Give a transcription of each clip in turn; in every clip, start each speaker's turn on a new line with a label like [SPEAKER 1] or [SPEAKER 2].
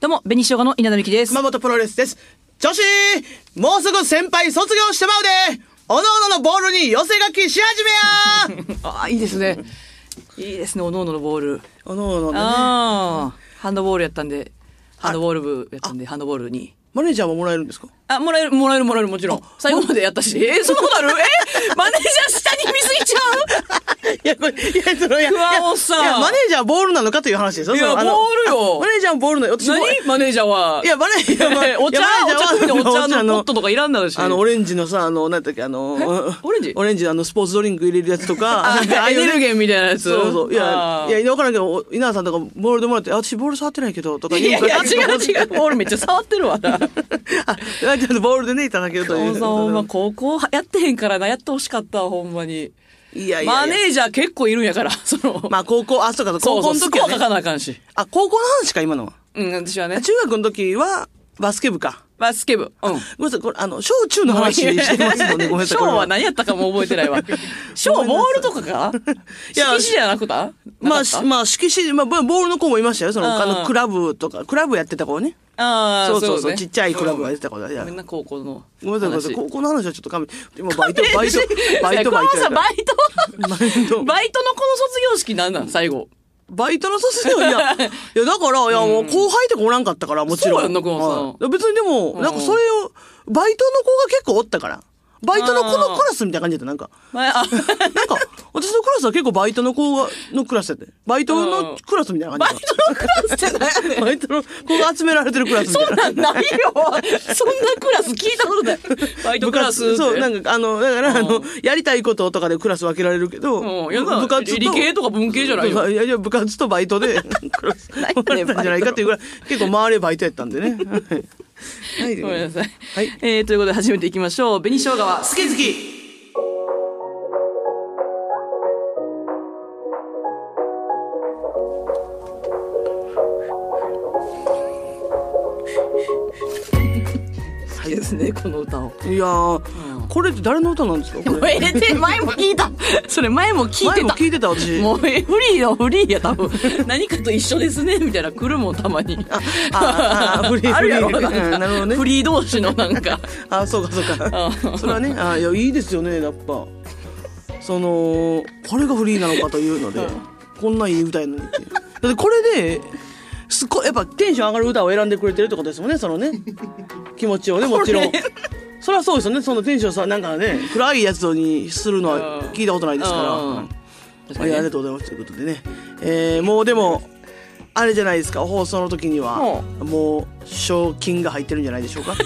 [SPEAKER 1] どうも、紅生姜の稲田美希です。
[SPEAKER 2] 熊本プロレスです。女子もうすぐ先輩卒業してまうでおのおののボールに寄せ書きし始め や
[SPEAKER 1] ああ、いいですね。いいですね、おのおののボール。
[SPEAKER 2] おのおののね。
[SPEAKER 1] ああ、ハンドボールやったんで、ハンドボール部やったんで、ハンドボールに。
[SPEAKER 2] マネージャーももらえるんですか
[SPEAKER 1] あ、もらえる、もらえる、もらえる、もちろん。最後までやったし。 えー、そんなことあるえマネージャー下に見すぎちゃ
[SPEAKER 2] いや、これ、いや、その、いや、い
[SPEAKER 1] クワ
[SPEAKER 2] や
[SPEAKER 1] モンさん
[SPEAKER 2] いやマネージャーはボールなのかという話ですよ。
[SPEAKER 1] いや
[SPEAKER 2] そのあの
[SPEAKER 1] ボールよ
[SPEAKER 2] あマネージャーもボールなの。私
[SPEAKER 1] う
[SPEAKER 2] も
[SPEAKER 1] 何マネージャーは。、
[SPEAKER 2] いや、マネージャーは
[SPEAKER 1] お茶、
[SPEAKER 2] いやマネージャーは
[SPEAKER 1] お茶組んでお茶
[SPEAKER 2] あ
[SPEAKER 1] のポットとかいらんだし。
[SPEAKER 2] あの、オレンジのさ、あの、なんだっけ、あ
[SPEAKER 1] え
[SPEAKER 2] の、
[SPEAKER 1] オレンジ
[SPEAKER 2] オレンジのあの、スポーツドリンク入れるやつとか、
[SPEAKER 1] あ
[SPEAKER 2] なんかああ
[SPEAKER 1] エ
[SPEAKER 2] いう
[SPEAKER 1] ネ
[SPEAKER 2] ね
[SPEAKER 1] ルゲンみたいなやつ。
[SPEAKER 2] そうそう。いや
[SPEAKER 1] あ、ー
[SPEAKER 2] いや、わからんけど、稲田さんとかボールでもらって、あ私ボール触ってないけど、とか
[SPEAKER 1] いや
[SPEAKER 2] 言
[SPEAKER 1] いうや、違う違う。ボールめっちゃ触ってる わな。
[SPEAKER 2] あ、あちょっとボールでね、いただけるとい
[SPEAKER 1] お
[SPEAKER 2] う。
[SPEAKER 1] さんほんま高校やってへんからな、やってほしかったわ、ほんまに。
[SPEAKER 2] いやいやいや。
[SPEAKER 1] マネージャー結構いるんやから、 その。
[SPEAKER 2] まあ、高校、あ、そうか、
[SPEAKER 1] そ
[SPEAKER 2] 高
[SPEAKER 1] うそ
[SPEAKER 2] 校
[SPEAKER 1] う
[SPEAKER 2] の
[SPEAKER 1] ス
[SPEAKER 2] 時
[SPEAKER 1] コア
[SPEAKER 2] は、
[SPEAKER 1] 書か
[SPEAKER 2] ね。
[SPEAKER 1] なあかんし。
[SPEAKER 2] あ、高校の話か、今のは。
[SPEAKER 1] うん、私はね
[SPEAKER 2] あ。中学の時は、バスケ部か。
[SPEAKER 1] バスケ部。うん。
[SPEAKER 2] ごめんなさい、これ、あの、小中の話してます ので、ごめんなさい。
[SPEAKER 1] ショ
[SPEAKER 2] こ
[SPEAKER 1] ー
[SPEAKER 2] れ
[SPEAKER 1] は何やったかも覚えてない わ。ショーボールとかか
[SPEAKER 2] い
[SPEAKER 1] 色
[SPEAKER 2] や
[SPEAKER 1] 紙じゃなくたなか
[SPEAKER 2] まあ、
[SPEAKER 1] った
[SPEAKER 2] しまあ、色紙、まあ、ボボールの子もいましたよ。その、あ
[SPEAKER 1] あー
[SPEAKER 2] の、クラブとか、クラブやってた子ね。
[SPEAKER 1] ああ、
[SPEAKER 2] そうそう
[SPEAKER 1] だ
[SPEAKER 2] そう、
[SPEAKER 1] ね
[SPEAKER 2] ちっちゃいクラブやってた子だ。いや
[SPEAKER 1] みんな高校の話。
[SPEAKER 2] ごめんなさい、ごめんなさい。高校の話はちょっと勘弁。今、バイ ト、バイト、バイト、
[SPEAKER 1] 小
[SPEAKER 2] バイ
[SPEAKER 1] 浜
[SPEAKER 2] トや
[SPEAKER 1] さ
[SPEAKER 2] か
[SPEAKER 1] ん
[SPEAKER 2] ら。
[SPEAKER 1] バイト
[SPEAKER 2] バイト
[SPEAKER 1] バイトのこの卒業式なんなん最後。
[SPEAKER 2] バイトの卒 業いや、いや、だから、いや、もう後輩とかおらんかったから、もちろ
[SPEAKER 1] そ
[SPEAKER 2] ん。
[SPEAKER 1] うやんな熊本さん
[SPEAKER 2] はい別にでも、なんかそれを、バイトの子が結構おったから。バイトの子のクラスみたいな感じだった、なんか。
[SPEAKER 1] 前あ
[SPEAKER 2] なんか、私のクラスは結構バイトの子が、のクラスやって。バイト
[SPEAKER 1] うん
[SPEAKER 2] のクラスみたいな
[SPEAKER 1] バイ
[SPEAKER 2] 感じだ
[SPEAKER 1] ト
[SPEAKER 2] っ
[SPEAKER 1] のクラスって何やねん
[SPEAKER 2] た。バイトの子が集められてるクラスみたい
[SPEAKER 1] そん
[SPEAKER 2] な。
[SPEAKER 1] なんないよ。そんなクラス聞いたことない。バイトクラスって。
[SPEAKER 2] そう、なんか、あの、だから、あ
[SPEAKER 1] う
[SPEAKER 2] の
[SPEAKER 1] ん、
[SPEAKER 2] やりたいこととかでクラス分けられるけど、
[SPEAKER 1] うん、やだ
[SPEAKER 2] 部活と、
[SPEAKER 1] 理系とか文系じゃないよ。
[SPEAKER 2] いやいや、部活とバイトで、クラス、
[SPEAKER 1] ないよね
[SPEAKER 2] 分かれたんじゃないかっていうぐらい、結構周りバイトやったんでね。はいはい。
[SPEAKER 1] ごめんなさい。
[SPEAKER 2] はい
[SPEAKER 1] えー、ということで始めていきましょう。紅生姜は
[SPEAKER 2] 好き好き
[SPEAKER 1] 好きですね、この歌を。
[SPEAKER 2] いやー、これって誰の歌なんですかこれ
[SPEAKER 1] ええて、前も聞いた。 それ前も聞い
[SPEAKER 2] 前
[SPEAKER 1] て
[SPEAKER 2] も
[SPEAKER 1] た。
[SPEAKER 2] 聞いてた 私。
[SPEAKER 1] もうえフリーよフリーや多分何かと一緒ですねみたいな来るもんたまにあ
[SPEAKER 2] あああ フリー
[SPEAKER 1] るやろ
[SPEAKER 2] フリー
[SPEAKER 1] なんか
[SPEAKER 2] うんなるほどね
[SPEAKER 1] フリー同士のなんか
[SPEAKER 2] あ、そうかそう
[SPEAKER 1] う
[SPEAKER 2] か。
[SPEAKER 1] ん
[SPEAKER 2] それはね、あいや、いいですよね、やっぱ。その、これがフリーなのかというので、こんないい歌やのにっていう。だってこれで、すごい、やっぱテンション上がる歌を選んでくれてるってことですもんね、そのね。気持ちをね、もちろん
[SPEAKER 1] これ。
[SPEAKER 2] それはそうですよね、そのテンションさ、なんかね、暗いやつにするのは聞いたことないですから。
[SPEAKER 1] うん
[SPEAKER 2] はいありがとうございますということでね。えーもうでも、あれじゃないですか、放送の時には、もう、賞金が入ってるんじゃないでしょうか。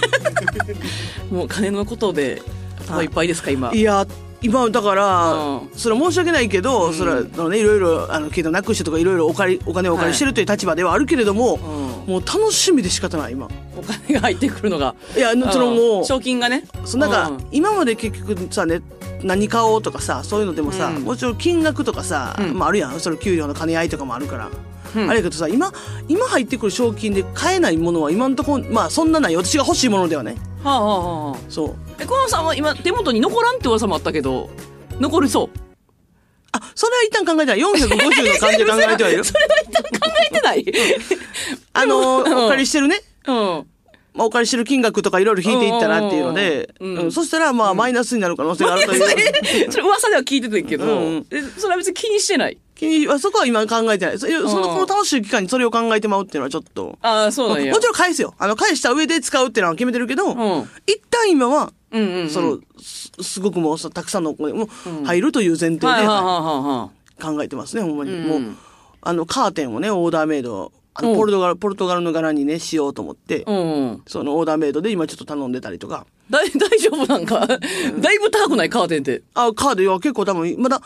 [SPEAKER 1] もう金のことで頭いっぱいですか今
[SPEAKER 2] いや今だから、
[SPEAKER 1] うん
[SPEAKER 2] それは申し訳ないけど、それはあのねいろいろあの携帯なくしてとかいろいろお借りお金をお借りしてるという立場ではあるけれども、
[SPEAKER 1] う
[SPEAKER 2] もう楽しみで仕方ない今
[SPEAKER 1] お金が入ってくるのが
[SPEAKER 2] いやあのそのもう
[SPEAKER 1] 賞金がね
[SPEAKER 2] そうなんか、
[SPEAKER 1] う
[SPEAKER 2] 今まで結局さね何買おうとかさそういうのでもさ、
[SPEAKER 1] うん
[SPEAKER 2] もちろん金額とかさ、
[SPEAKER 1] ん
[SPEAKER 2] まあ、あるやんその給料の兼ね合いとかもあるから、
[SPEAKER 1] うん
[SPEAKER 2] あれやけどさ今今入ってくる賞金で買えないものは今のところまあそんなない私が欲しいものではね
[SPEAKER 1] はあはあはあ
[SPEAKER 2] そう
[SPEAKER 1] え小野さんは今手元に残らんって噂もあったけど残るそう
[SPEAKER 2] あそれは一旦考えたら450の感じで考えてはい る
[SPEAKER 1] それは一旦考えてない
[SPEAKER 2] あの
[SPEAKER 1] でもうん
[SPEAKER 2] お借りしてるね
[SPEAKER 1] うん
[SPEAKER 2] まあ、お借りしてる金額とかいろいろ引いていったらっていうので、
[SPEAKER 1] うん
[SPEAKER 2] うんそしたらまあマイナスになる可能性があるという、
[SPEAKER 1] それ噂では聞いてたけど、
[SPEAKER 2] うん
[SPEAKER 1] えそれは別に気にしてない
[SPEAKER 2] 君はそこは今考えてないそその
[SPEAKER 1] うん
[SPEAKER 2] この楽しい期間にそれを考えてまうっていうのはちょっと
[SPEAKER 1] ああそう
[SPEAKER 2] も
[SPEAKER 1] なん
[SPEAKER 2] ち
[SPEAKER 1] や
[SPEAKER 2] ろん返すよあの返した上で使うっていうのは決めてるけ
[SPEAKER 1] う
[SPEAKER 2] ど、
[SPEAKER 1] ん
[SPEAKER 2] 一旦今は
[SPEAKER 1] うんうんうん
[SPEAKER 2] その、すすごくもうさたくさんのお金も入るという前提で、
[SPEAKER 1] はいはいはい
[SPEAKER 2] は
[SPEAKER 1] はい
[SPEAKER 2] 考えてますねほんまに、
[SPEAKER 1] うん
[SPEAKER 2] もうあのカーテンをねオーダーメイドあの
[SPEAKER 1] うん
[SPEAKER 2] ポルトガルポルトガルの柄にねしようと思って、
[SPEAKER 1] いはいうん
[SPEAKER 2] そのオーダーメイドで今ちょっと頼んでたりとか
[SPEAKER 1] だい 大丈夫なんかだいぶ高くないカーテンって
[SPEAKER 2] あ、カードよ、結構多分、まだ、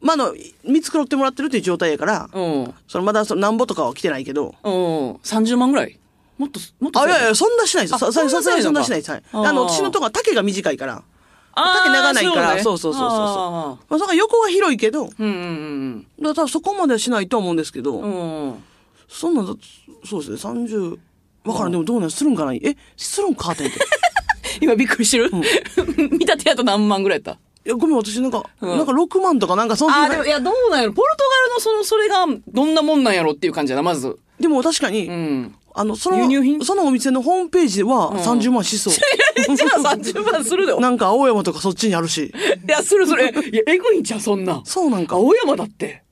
[SPEAKER 2] まだ、見繕ってもらってるっていう状態やから、
[SPEAKER 1] うんうん
[SPEAKER 2] そのまだそのなんぼとかは来てないけど、
[SPEAKER 1] 30万ぐらいもっともっと
[SPEAKER 2] あ、いやい
[SPEAKER 1] や
[SPEAKER 2] や、そんなしないですよ。
[SPEAKER 1] あ
[SPEAKER 2] ささ
[SPEAKER 1] そ
[SPEAKER 2] さ
[SPEAKER 1] ん
[SPEAKER 2] す
[SPEAKER 1] な
[SPEAKER 2] がに
[SPEAKER 1] しない
[SPEAKER 2] そん
[SPEAKER 1] のか
[SPEAKER 2] なしないです。はい。
[SPEAKER 1] あー
[SPEAKER 2] あの、私のとこは丈が短いから、丈長ないから、そうそうそうそうそう。まあ、それが横は広いけど、だか
[SPEAKER 1] うんうん
[SPEAKER 2] ら多分そこまではしないとは思うんですけど、
[SPEAKER 1] うんうんうん
[SPEAKER 2] そんな、そうですね、30、わからん、でもどうなんするんかなえ、するんカーテ ンって。
[SPEAKER 1] 今びっくりしてる、 見た手やと何万ぐらいやった
[SPEAKER 2] いや、ごめん、私なんか、
[SPEAKER 1] うん
[SPEAKER 2] なんか6万とかなんかそん
[SPEAKER 1] あ
[SPEAKER 2] な
[SPEAKER 1] ーでもいやどうなんやろポルトガルのそのそれがどんなもんなんやろっていう感じやなまず
[SPEAKER 2] でも確かに、
[SPEAKER 1] うん
[SPEAKER 2] あの、その、
[SPEAKER 1] 輸入品
[SPEAKER 2] そのお店のホームページは30万しそ う。
[SPEAKER 1] じゃあ30万するで。
[SPEAKER 2] なんか青山とかそっちにあるし。
[SPEAKER 1] いや、するする。いや、えぐいんちゃうそんな。
[SPEAKER 2] そうなんか
[SPEAKER 1] 青山だって。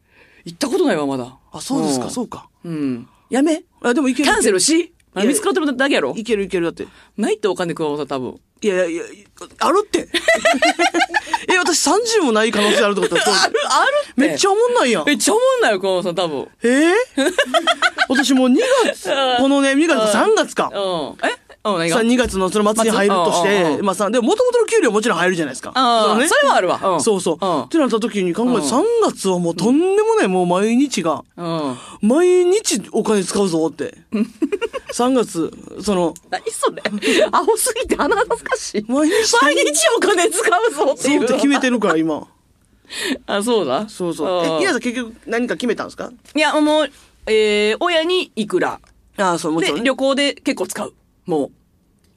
[SPEAKER 1] 行ったことないわ、まだ。
[SPEAKER 2] あ、そうですか、
[SPEAKER 1] ん
[SPEAKER 2] そうか。
[SPEAKER 1] うん。やめ。
[SPEAKER 2] あ、でもいけ
[SPEAKER 1] キ
[SPEAKER 2] る。
[SPEAKER 1] ャンセルし。
[SPEAKER 2] や
[SPEAKER 1] 見つかってもだけやろ
[SPEAKER 2] い。けるいけるだって。
[SPEAKER 1] ないってお金食わさ、多分。
[SPEAKER 2] いやいやいや、あるって。 え、私30もない可能性あるってことだ
[SPEAKER 1] ある、あるって。
[SPEAKER 2] めっちゃおもんないやん。
[SPEAKER 1] め
[SPEAKER 2] え
[SPEAKER 1] っちゃおもんないよ、熊本さん、多分。
[SPEAKER 2] ー、私もう2月、このね、2月か3月か。
[SPEAKER 1] うん。えうん、何が
[SPEAKER 2] さ2月のその末に入るとし
[SPEAKER 1] 末うん
[SPEAKER 2] て、
[SPEAKER 1] うん
[SPEAKER 2] まあさ、でも元々の給料もちろん入るじゃないですか。
[SPEAKER 1] ああ
[SPEAKER 2] のね
[SPEAKER 1] それはあるわうん
[SPEAKER 2] そうそう。
[SPEAKER 1] うん
[SPEAKER 2] ってなった時に考え
[SPEAKER 1] うん
[SPEAKER 2] て、3月はもうとんでもない、もう毎日が、
[SPEAKER 1] うん。
[SPEAKER 2] 毎日お金使うぞって。3月、その、
[SPEAKER 1] 何そ れ。アホすぎて鼻恥ずかしい。
[SPEAKER 2] 毎日
[SPEAKER 1] 毎日お金使うぞって
[SPEAKER 2] そ
[SPEAKER 1] いうう。
[SPEAKER 2] って決めてるから、今。
[SPEAKER 1] あ、そうだ。
[SPEAKER 2] そうそう。え、
[SPEAKER 1] い
[SPEAKER 2] 皆
[SPEAKER 1] や
[SPEAKER 2] さん結局何か決めたんですか
[SPEAKER 1] いや、もう、えー、親にいくら。
[SPEAKER 2] ああ、そう、もち
[SPEAKER 1] で
[SPEAKER 2] ろん、ね。
[SPEAKER 1] 旅行で結構使う。もう。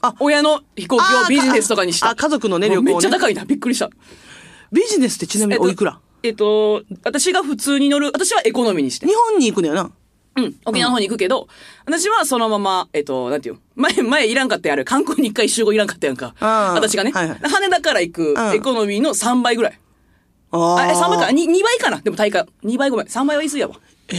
[SPEAKER 2] あ
[SPEAKER 1] 親の飛行機
[SPEAKER 2] あ
[SPEAKER 1] を
[SPEAKER 2] ー
[SPEAKER 1] ビジネスとかにした。
[SPEAKER 2] あ、家族のね、
[SPEAKER 1] も
[SPEAKER 2] 旅
[SPEAKER 1] う
[SPEAKER 2] 行ね。
[SPEAKER 1] めっちゃ高いな。びっくりした。
[SPEAKER 2] ビジネスってちなみにおいくら、
[SPEAKER 1] えっと、えっと私が普通に乗る、私はエコノミーにして。
[SPEAKER 2] 日本に行くのよな。
[SPEAKER 1] うん。沖縄の方に行くけど、私はそのまま、えっと、なんていうの前、前いらんかったやる。観光に一回集合いらんかったやんか。
[SPEAKER 2] あー
[SPEAKER 1] 私がね、
[SPEAKER 2] はいはい
[SPEAKER 1] 羽田から行く
[SPEAKER 2] うん
[SPEAKER 1] エコノミーの3倍ぐらい。
[SPEAKER 2] あ
[SPEAKER 1] あ、え、3倍か。
[SPEAKER 2] か。
[SPEAKER 1] 2, 倍かな。でも大会。2倍ごめん。3倍は言い過ぎやわ。
[SPEAKER 2] へ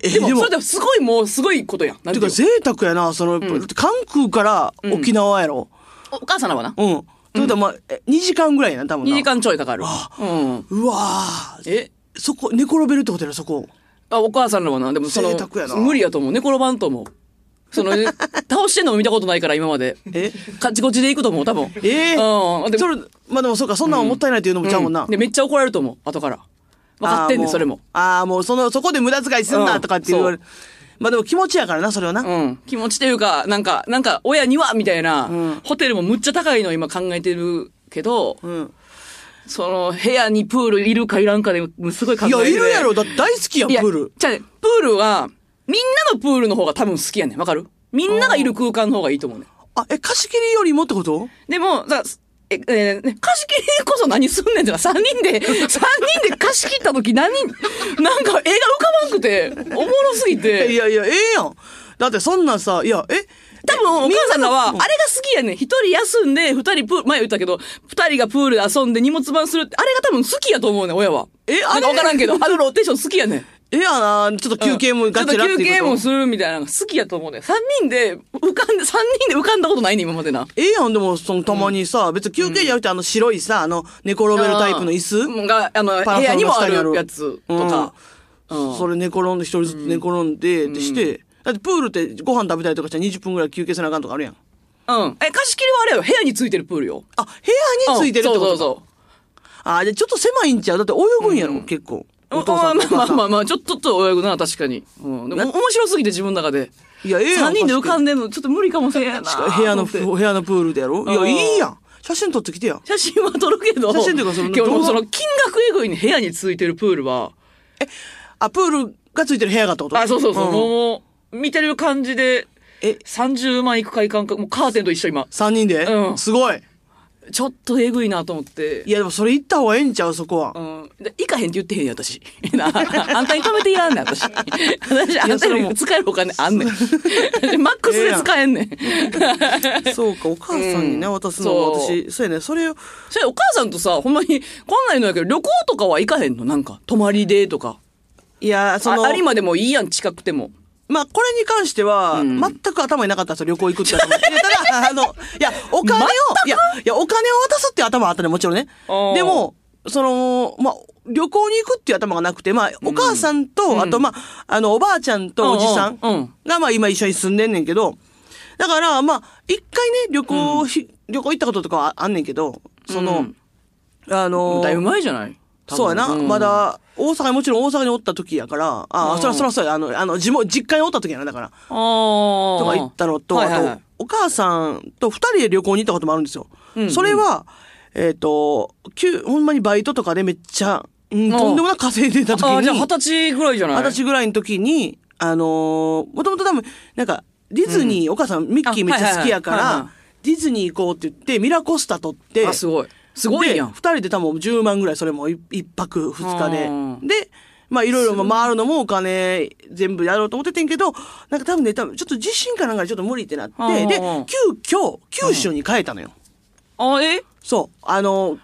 [SPEAKER 2] え、
[SPEAKER 1] で
[SPEAKER 2] え、で
[SPEAKER 1] も、
[SPEAKER 2] も
[SPEAKER 1] それ、でもすごいもう、すごいことやん。なん
[SPEAKER 2] て
[SPEAKER 1] ていう
[SPEAKER 2] か
[SPEAKER 1] の
[SPEAKER 2] 贅沢やな、その、関空から沖縄やろ。
[SPEAKER 1] おお母さんらはな。
[SPEAKER 2] うん。ということは、まあ、え2時間ぐらいやな、多分
[SPEAKER 1] 2
[SPEAKER 2] な。
[SPEAKER 1] 時。間ちょいかかる。うん。
[SPEAKER 2] うわー
[SPEAKER 1] え
[SPEAKER 2] そこ、寝転べるってことやろ、そこ。
[SPEAKER 1] あ、お母さんらはな、でもその
[SPEAKER 2] 贅沢やな、
[SPEAKER 1] 無理やと思う。寝転ばんと思う。そ の、倒してんのも見たことないから、今まで。
[SPEAKER 2] え
[SPEAKER 1] カチコチで行くと思う、多分。
[SPEAKER 2] ええ
[SPEAKER 1] うん。で
[SPEAKER 2] それ、まあでもそうか、そんなんはもったいないっていうのもちゃうもんな。
[SPEAKER 1] で、めっちゃ怒られると思う、後から。分かってんね
[SPEAKER 2] あー
[SPEAKER 1] ん、それも。。
[SPEAKER 2] ああ、もうその、そこで無駄遣いすん
[SPEAKER 1] う
[SPEAKER 2] なんとかって言われる。まあでも気持ちやからな、それはな。
[SPEAKER 1] うん。気持ちというか、なんか、なんか、親には、みたいな、
[SPEAKER 2] ん
[SPEAKER 1] ホテルもむっちゃ高いの今考えてるけど、
[SPEAKER 2] うん。
[SPEAKER 1] その、部屋にプールいるかいらんかで、もうすごい考え
[SPEAKER 2] い
[SPEAKER 1] て
[SPEAKER 2] や、
[SPEAKER 1] て
[SPEAKER 2] いるやろ。だって大好きやん、
[SPEAKER 1] い
[SPEAKER 2] プ
[SPEAKER 1] や
[SPEAKER 2] ール。
[SPEAKER 1] じゃあね、プールは、みんなのプールの方が多分好きやねん。わかるみんながいる空間の方がいいと思うねん。
[SPEAKER 2] あ、え、貸し切りよりもってこと
[SPEAKER 1] でも、だえ、えーね貸し切りこそ何すんねんってな、3人で、三人で貸し切った時何、なんか絵が浮かばんくて、おもろすぎ
[SPEAKER 2] えい
[SPEAKER 1] て。
[SPEAKER 2] やいや、ええやん。だってそんなんさ、いや、え、
[SPEAKER 1] 多分、お母さんらは、あれ
[SPEAKER 2] みん
[SPEAKER 1] が好きやねん。一人休んで、二人プール、前言ったけど、二人がプールで遊んで荷物番するって、あれが多分好きやと思うねん、親は。
[SPEAKER 2] え
[SPEAKER 1] なん
[SPEAKER 2] あれ
[SPEAKER 1] かわからんけど、あのローテーション好きやねん。
[SPEAKER 2] ええやな、ちょっと休憩も
[SPEAKER 1] うんちょ
[SPEAKER 2] ガ
[SPEAKER 1] っと
[SPEAKER 2] チラっていう
[SPEAKER 1] 休
[SPEAKER 2] こと、
[SPEAKER 1] 憩もするみたいなのが好きやと思うねん。三人で、浮かんで、三人で浮かんだことないねん、今までな。
[SPEAKER 2] ええやん、でも、その、たまにさ、別に休憩じゃなくて、あの、白いさ、あの、寝転べるタイプの椅子、
[SPEAKER 1] うんが、あの、
[SPEAKER 2] パラソルの
[SPEAKER 1] 部屋にもあ
[SPEAKER 2] 下にあ
[SPEAKER 1] る
[SPEAKER 2] る
[SPEAKER 1] やつとか。うん
[SPEAKER 2] それ寝転んで、一人ずつ寝転んで、でして、だってプールってご飯食べたりとかしたら20分ぐらい休憩せなあかんとかあるやん。
[SPEAKER 1] うん。え、貸し切りはあれよ。部屋についてるプールよ。
[SPEAKER 2] あ、部屋についてるってことか、
[SPEAKER 1] うんそうそう
[SPEAKER 2] あ、で、ちょっと狭いんちゃうだって泳ぐんやろ、結構。
[SPEAKER 1] そう。
[SPEAKER 2] お父さんと
[SPEAKER 1] ま あまあ
[SPEAKER 2] お母さん。
[SPEAKER 1] まあまあ、ちょっとちょっと泳ぐな、確かに。うん。でも、面白すぎて自分の中で。
[SPEAKER 2] いや、ええやん。
[SPEAKER 1] 3人で浮かん
[SPEAKER 2] で。
[SPEAKER 1] でんの、ちょっと無理かもしれんやな
[SPEAKER 2] 確かに部屋の、
[SPEAKER 1] と思って
[SPEAKER 2] 部屋のプールでやろ
[SPEAKER 1] うん
[SPEAKER 2] いや、いいやん。写真撮ってきてや。
[SPEAKER 1] 写真は撮るけど。
[SPEAKER 2] 写真っていうかその
[SPEAKER 1] 今日
[SPEAKER 2] 動画
[SPEAKER 1] その、金額えぐいに部屋についてるプールは、
[SPEAKER 2] あ、プールがついてる部屋がってこと
[SPEAKER 1] あ、そうそうそう。
[SPEAKER 2] ん
[SPEAKER 1] もう、見てる感じで、
[SPEAKER 2] え、
[SPEAKER 1] 30万いくかいかんか、もうカーテンと一緒今。
[SPEAKER 2] 3人で、
[SPEAKER 1] うん
[SPEAKER 2] すごい。
[SPEAKER 1] ちょっとえぐいなと思って。
[SPEAKER 2] いや、でもそれ行った方がええんちゃう、そこは。
[SPEAKER 1] うん。で行かへんって言ってへんや私。 なああんたに止めてやんねん、私。私、あんた
[SPEAKER 2] それ
[SPEAKER 1] に
[SPEAKER 2] も
[SPEAKER 1] 使えるお金あんね ん。私マックスで使えんねん。
[SPEAKER 2] そうか、お母さんにね、
[SPEAKER 1] うん
[SPEAKER 2] 渡すのも
[SPEAKER 1] そう
[SPEAKER 2] 私、そうやね、それを、
[SPEAKER 1] それお母さんとさ、ほんまに、こんなん言うのやけど、旅行とかは行かへんのなんか、泊まりでとか。
[SPEAKER 2] いや、そ
[SPEAKER 1] あ
[SPEAKER 2] の、
[SPEAKER 1] 有馬でもいいやん、近くても。
[SPEAKER 2] まあ、これに関しては、
[SPEAKER 1] ん
[SPEAKER 2] 全く頭になかったんですよ、旅行行くって頭。いやた だ、あの、いや、お金を、いや、いや、お金を渡すっていう頭はあったね、もちろんね
[SPEAKER 1] あー。
[SPEAKER 2] でも、その、まあ、旅行に行くっていう頭がなくて、まあ、お母さんと、あと、まあ、あの、おばあちゃんとおじさん
[SPEAKER 1] うんうんうん
[SPEAKER 2] が、まあ、今一緒に住んでんねんけど、だから、まあ、一回ね、旅行、ひ旅行行ったこととかはあんねんけど、その、
[SPEAKER 1] うん
[SPEAKER 2] あの、
[SPEAKER 1] だいぶ前じゃない
[SPEAKER 2] そうやな、ま。だ、大阪にもちろん大阪におった時やから、あ
[SPEAKER 1] う
[SPEAKER 2] あ、
[SPEAKER 1] ん
[SPEAKER 2] そらそらそうや、あの、あの、地元、実家におった時やな、だから。
[SPEAKER 1] 多分
[SPEAKER 2] と
[SPEAKER 1] うんあ
[SPEAKER 2] か
[SPEAKER 1] あ。
[SPEAKER 2] 行ったのと、
[SPEAKER 1] はいはいはい
[SPEAKER 2] あと、お母さんと二人で旅行に行ったこともあるんですよ。それは、えっ、と、きゅほんまにバイトとかでめっちゃ、うん、
[SPEAKER 1] うん
[SPEAKER 2] とんでもなく稼いでた時
[SPEAKER 1] ああ、
[SPEAKER 2] に、
[SPEAKER 1] じゃあ
[SPEAKER 2] 二
[SPEAKER 1] 二
[SPEAKER 2] 十
[SPEAKER 1] 十歳ぐらいじゃない
[SPEAKER 2] 歳ぐらいの時に、あのー、もともと多分、なんか、ディズニー、お母さんミッキーめっちゃ好きやか
[SPEAKER 1] あはいはいはい
[SPEAKER 2] ら、ディズニー行こうって言って、ミラコスタ取って、
[SPEAKER 1] あ、すごい。すごいや
[SPEAKER 2] で
[SPEAKER 1] ん。
[SPEAKER 2] 二人で多分10万ぐらい、それもい一泊二日
[SPEAKER 1] うん
[SPEAKER 2] で。で、まあいろいろまあ回るのもお金全部やろうと思っててんけど、なんか多分ね、多分ちょっと地震かなんかでちょっと無理ってなって、
[SPEAKER 1] うんうんうん
[SPEAKER 2] で、急遽九州に変えたのよ。
[SPEAKER 1] あ、え
[SPEAKER 2] そう。あの、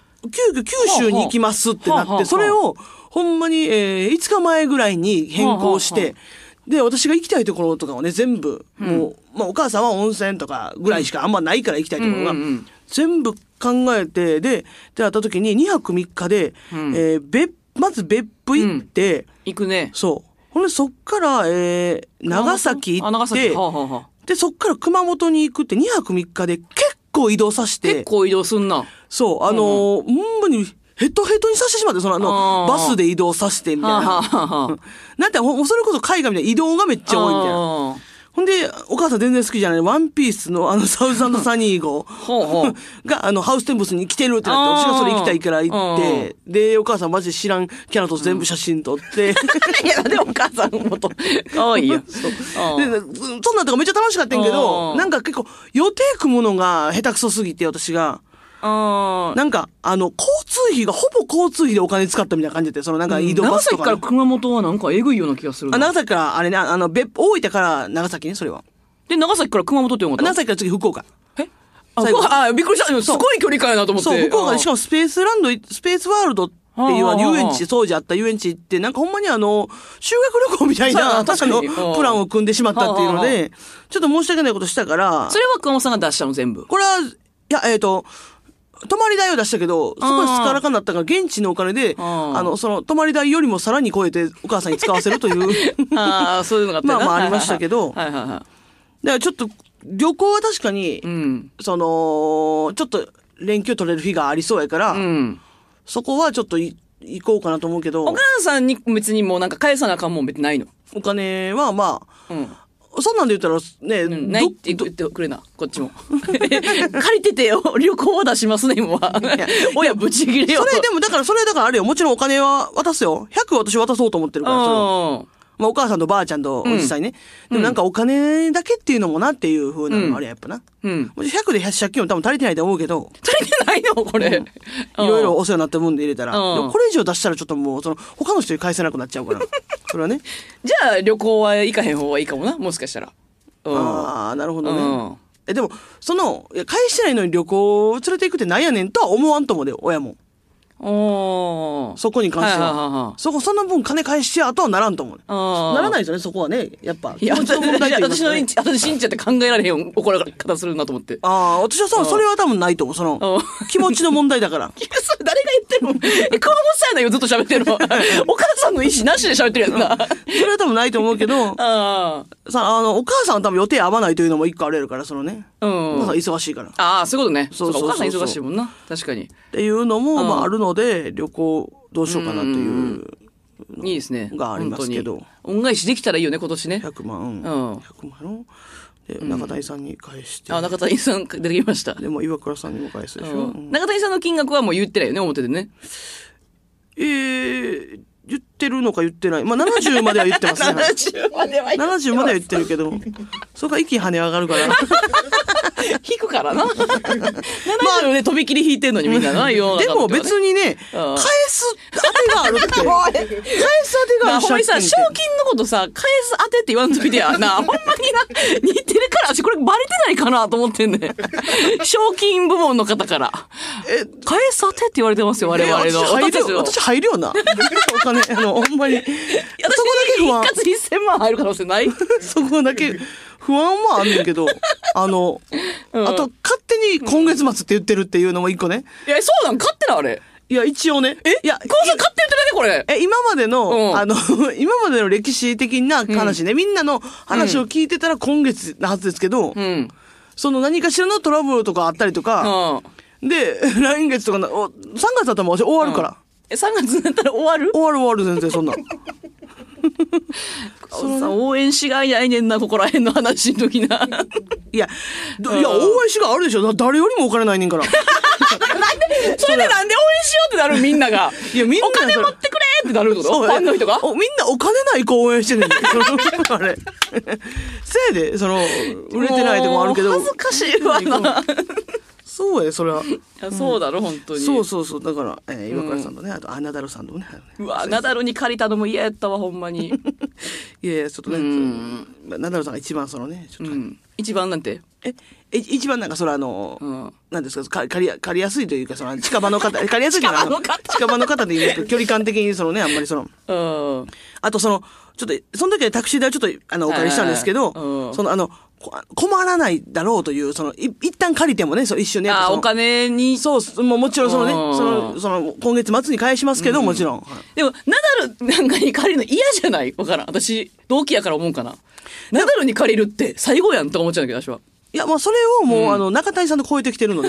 [SPEAKER 2] 急遽九州に行きますってな
[SPEAKER 1] はあはあ
[SPEAKER 2] って、それを、ほんまに、えー5日前ぐらいに変更し
[SPEAKER 1] はあは
[SPEAKER 2] て、で、私が行きたいところとかをね、全部、もう、まあ、お母さんは温泉とかぐらいしかあんまないから行きたいところが
[SPEAKER 1] うんうんうん、
[SPEAKER 2] 全部考えて、で、ってなった時に2泊3日で、
[SPEAKER 1] うん
[SPEAKER 2] えー別、まず別府行って、
[SPEAKER 1] 行くね。
[SPEAKER 2] そう。ほんで、そっから、えー長崎
[SPEAKER 1] あ、
[SPEAKER 2] 行
[SPEAKER 1] 長
[SPEAKER 2] っ
[SPEAKER 1] 崎。
[SPEAKER 2] て
[SPEAKER 1] は、あ、はあはあ、
[SPEAKER 2] で、そっから熊本に行くって2泊3日で結構移動させて、
[SPEAKER 1] 結構移動すんな。
[SPEAKER 2] そう、あのー、ほんまに、ヘトヘトにさせてしまって、その、あ
[SPEAKER 1] あ
[SPEAKER 2] の、
[SPEAKER 1] ー
[SPEAKER 2] バスで移動させて、みたい
[SPEAKER 1] はあ、はあ
[SPEAKER 2] な。
[SPEAKER 1] はあはあ、
[SPEAKER 2] なんて、ほんそれこそ海外みたいな移動がめっちゃ多いみたいな。
[SPEAKER 1] あー
[SPEAKER 2] ほんで、お母さん全然好きじゃない、ワンピースのあの、サウザンドサニー号
[SPEAKER 1] ほうほう。
[SPEAKER 2] が、あの、ハウステンボスに来てるってなって、私
[SPEAKER 1] あー
[SPEAKER 2] がそれ行きたいから行って、で、お母さんマジで知らんキャラと全部写真撮って、
[SPEAKER 1] いや、でもお母さん のこと、かわいいよ。う
[SPEAKER 2] で
[SPEAKER 1] ん
[SPEAKER 2] でそんなんとかめっちゃ楽しかったんやけ
[SPEAKER 1] あ
[SPEAKER 2] ど、
[SPEAKER 1] ー
[SPEAKER 2] なんか結構、予定組むのが下手くそすぎて、私が。
[SPEAKER 1] あー
[SPEAKER 2] なんか、あの、交通費が、ほぼ交通費でお金使ったみたいな感じで、そのなんか移動
[SPEAKER 1] 長
[SPEAKER 2] バスと
[SPEAKER 1] 崎
[SPEAKER 2] か
[SPEAKER 1] か
[SPEAKER 2] の、
[SPEAKER 1] ら熊本はなんかえぐいような気がするな
[SPEAKER 2] あ、長崎から、あれね、あの、別、大分から長崎ね、それは。
[SPEAKER 1] で、長崎から熊本って思った
[SPEAKER 2] 長崎から次福岡。
[SPEAKER 1] えあ、
[SPEAKER 2] 最後
[SPEAKER 1] うわあびっくりした。すごい距離感やなと思って。
[SPEAKER 2] そう、福岡で、しか
[SPEAKER 1] も。
[SPEAKER 2] もスペースランド、スペースワールドっていう
[SPEAKER 1] あ
[SPEAKER 2] あ
[SPEAKER 1] あ
[SPEAKER 2] の遊園
[SPEAKER 1] ああ
[SPEAKER 2] 地、当時あった遊園地って、なんかほんまにあの、修学旅行みたい
[SPEAKER 1] そうや
[SPEAKER 2] な、
[SPEAKER 1] な確かに
[SPEAKER 2] あの
[SPEAKER 1] ああ
[SPEAKER 2] プランを組んでしまったっていうの
[SPEAKER 1] ああ
[SPEAKER 2] で、ちょっと申し訳ないことしたから
[SPEAKER 1] そ、れは熊本さんが出したの 全部。
[SPEAKER 2] これは、いや、えっ、と、泊まり代を出したけど、すごいすっからかになったから、現地のお金で、
[SPEAKER 1] あ
[SPEAKER 2] あ
[SPEAKER 1] あ
[SPEAKER 2] の、その、泊まり代よりもさらに超えて、お母さんに使わせる という。
[SPEAKER 1] ああ、そういうのがあったよな
[SPEAKER 2] まあまあありましたけど
[SPEAKER 1] はいはいはいはいは
[SPEAKER 2] だからちょっと、旅行は確かに、
[SPEAKER 1] い。うん。
[SPEAKER 2] その、ちょっと連休取れる日がありそうやから、
[SPEAKER 1] うん。
[SPEAKER 2] そこはちょっとい行こうかなと思うけど、
[SPEAKER 1] お
[SPEAKER 2] お
[SPEAKER 1] 母さんに別にもうなんか返さなあかんもん別にないの。
[SPEAKER 2] 金はま
[SPEAKER 1] うん。
[SPEAKER 2] あ、そんなんで言ったらね、
[SPEAKER 1] う
[SPEAKER 2] ど
[SPEAKER 1] んないって言ってくれな、こっちも。 借りててよ、旅行は出しますね、今は。親ぶち切れよ。
[SPEAKER 2] それでもだから、それだからあれよ、もちろんお金は渡すよ。100私渡そうと思ってるから、それは
[SPEAKER 1] も。
[SPEAKER 2] まあお母さんとばあちゃんとおじさんにね。でもなんかお金だけっていうのもなっていう風なのがあれややっぱな。
[SPEAKER 1] うん。うん。
[SPEAKER 2] もちろん100で借金も多分足りてないと思うけど、
[SPEAKER 1] 足りてないのこれ。い
[SPEAKER 2] いろいろ。お世話になった分で入れたら、で
[SPEAKER 1] うん
[SPEAKER 2] もこれ以上出したらちょっともう、その、他の人に返せなくなっちゃうから。 それはね。
[SPEAKER 1] じゃあ旅行は行かへん方がいいかもな、もしかしたら。うん。
[SPEAKER 2] ああ、なるほど
[SPEAKER 1] う
[SPEAKER 2] ね
[SPEAKER 1] ん。
[SPEAKER 2] え、でも、その、いや返してないのに旅行を連れて行くってなんやねんとは思わんと思うで、親も。
[SPEAKER 1] おー
[SPEAKER 2] そこに関して
[SPEAKER 1] はいはいはいは
[SPEAKER 2] は。
[SPEAKER 1] い
[SPEAKER 2] そこ、その分金返してやとはならんと思うで。
[SPEAKER 1] あー
[SPEAKER 2] ならないですよね、そこはね。やっぱ、
[SPEAKER 1] い
[SPEAKER 2] 気
[SPEAKER 1] や、
[SPEAKER 2] 持ちの問題と言いま
[SPEAKER 1] 私
[SPEAKER 2] すか
[SPEAKER 1] の
[SPEAKER 2] ね
[SPEAKER 1] インチ、私信じゃって考えられへん怒られ方するなと思って。
[SPEAKER 2] ああ、私はそそれは多分ないと思う。その
[SPEAKER 1] う、ん
[SPEAKER 2] 気持ちの問題 だから。
[SPEAKER 1] いやそれ誰が言ってるのえ、熊本さんやないよ、ずっと喋って るの。お母さんの意思なしで喋ってるやつな。
[SPEAKER 2] それは多分ないと思うけど、
[SPEAKER 1] あ
[SPEAKER 2] さ、あの、お母さんは多分予定合わないというのも一個あるやろから、そのね。
[SPEAKER 1] あ。う
[SPEAKER 2] お母
[SPEAKER 1] ん
[SPEAKER 2] さん。忙しいから。
[SPEAKER 1] ああ、そういうことね。
[SPEAKER 2] そうそう
[SPEAKER 1] かお
[SPEAKER 2] そう
[SPEAKER 1] 母さん忙しいもんな。確かに。
[SPEAKER 2] っていうのも、まあ、あるので、旅行どうしようかなという、
[SPEAKER 1] いいですね。
[SPEAKER 2] がありますけど
[SPEAKER 1] 本当に。恩返しできたらいいよね、今年ね。
[SPEAKER 2] 100
[SPEAKER 1] ん
[SPEAKER 2] 万、100万の、で、中谷さんに返して、
[SPEAKER 1] あ、中谷さん出てきました。
[SPEAKER 2] でも岩倉さんにも返すでし
[SPEAKER 1] う
[SPEAKER 2] ょ。うんん
[SPEAKER 1] 中谷さんの金額はもう言ってないよね、表でね。
[SPEAKER 2] えー、言ってるのか言ってない。まあ、70までは言ってます ね。はい
[SPEAKER 1] 70までは言っ
[SPEAKER 2] 70までは言ってるけど、それから息跳ね上がるから。
[SPEAKER 1] 引くから な。70で飛び切り引いてんのにみんなな、世の中
[SPEAKER 2] で
[SPEAKER 1] の人は
[SPEAKER 2] も
[SPEAKER 1] ね
[SPEAKER 2] 別にね、返す 当てがあるって。返す当てが
[SPEAKER 1] な
[SPEAKER 2] あ
[SPEAKER 1] あ
[SPEAKER 2] る
[SPEAKER 1] ほんまにさ、
[SPEAKER 2] 借金っ
[SPEAKER 1] 賞
[SPEAKER 2] て
[SPEAKER 1] 金のことさ、返す当てって言わんときでや。 なあ、ほんまにな、似てるから、私これバレてないかなと思ってんね。賞金部門の方から。
[SPEAKER 2] え
[SPEAKER 1] 返す当てって言われてますよ、我々の。
[SPEAKER 2] え私入る
[SPEAKER 1] 私たちの
[SPEAKER 2] よ。私入るよな。お金、あの、ほんまに。そ
[SPEAKER 1] 私
[SPEAKER 2] こだけ不安。
[SPEAKER 1] 一括1000万入る可能性ない
[SPEAKER 2] そこだけ不安はあんねんけど、あの、
[SPEAKER 1] ん
[SPEAKER 2] あと、勝手に今月末って言ってるっていうのも一個ね。
[SPEAKER 1] いや、そうなん勝手な、あれ。
[SPEAKER 2] いや、一応ね。えいや、
[SPEAKER 1] このさん勝手言ってないね、これ。
[SPEAKER 2] え、今までの、
[SPEAKER 1] うん
[SPEAKER 2] あの、 今までの歴史的な話ね、みんなの話を聞いてたら今月なはずですけど、
[SPEAKER 1] うん。
[SPEAKER 2] その何かしらのトラブルとかあったりとか、
[SPEAKER 1] うん。
[SPEAKER 2] で、 来月とかな、お3月だったらもう終わるから。
[SPEAKER 1] え、3月になったら終わる
[SPEAKER 2] 終わる終わる全然そんな。
[SPEAKER 1] さ応援しがいないねんな、ここら辺の話の時な。なんで、
[SPEAKER 2] いや、どいや、応援しがあるでしょ。だ誰よりもお金ないねん から。
[SPEAKER 1] それでなんで応援しようってなるみんなが。
[SPEAKER 2] いやみんな
[SPEAKER 1] お金
[SPEAKER 2] それ
[SPEAKER 1] 持ってくれってなるってこ
[SPEAKER 2] そ
[SPEAKER 1] と
[SPEAKER 2] う
[SPEAKER 1] ファンの人が
[SPEAKER 2] おみんなお金ない子応援してる んで。そのあれ。せいで、その、売れてないでもあるけど
[SPEAKER 1] 恥、ずかしいわな。
[SPEAKER 2] そうやでそれは
[SPEAKER 1] あそうだろ、本当に。
[SPEAKER 2] そうそうそうだから、えー、岩倉さんとね、あとアナダルさんともねあのね
[SPEAKER 1] うわ、ナダルに借りたのも嫌やったわ、ほんまに。
[SPEAKER 2] いやいやちょっとね、
[SPEAKER 1] ん
[SPEAKER 2] まあナダルさんが一番そのねちょ
[SPEAKER 1] う
[SPEAKER 2] っと、
[SPEAKER 1] ん。一番なんて。
[SPEAKER 2] ええ一番なんかそれあの、
[SPEAKER 1] うん。
[SPEAKER 2] なんですかか借り借りやすいというかその近場の方借りやすいじゃな い
[SPEAKER 1] 近場の方
[SPEAKER 2] 近場の方で言うんですけど距離感的にそのねあんまりその
[SPEAKER 1] うん。
[SPEAKER 2] あとそのちょっとその時はタクシー代をちょっとあのお借りしたんですけ
[SPEAKER 1] は
[SPEAKER 2] ど、
[SPEAKER 1] いはいはいうん
[SPEAKER 2] そのあのこ困らないだろうというそのい一旦借りてもねそう一緒にやっぱ
[SPEAKER 1] あー、
[SPEAKER 2] その
[SPEAKER 1] お金に。
[SPEAKER 2] そうすもうもちろんそのね
[SPEAKER 1] うん
[SPEAKER 2] そのその今月末に返しますけど、もちろん、はい
[SPEAKER 1] でも、ナダルなんかに借りるの嫌じゃないわからん。私、同期やから思うんかな。ナダルに借りるって最後やんとか思っちゃうんだけど、私は。
[SPEAKER 2] いや、まあ、それをもう、あの、中谷さんと超えてきて るので、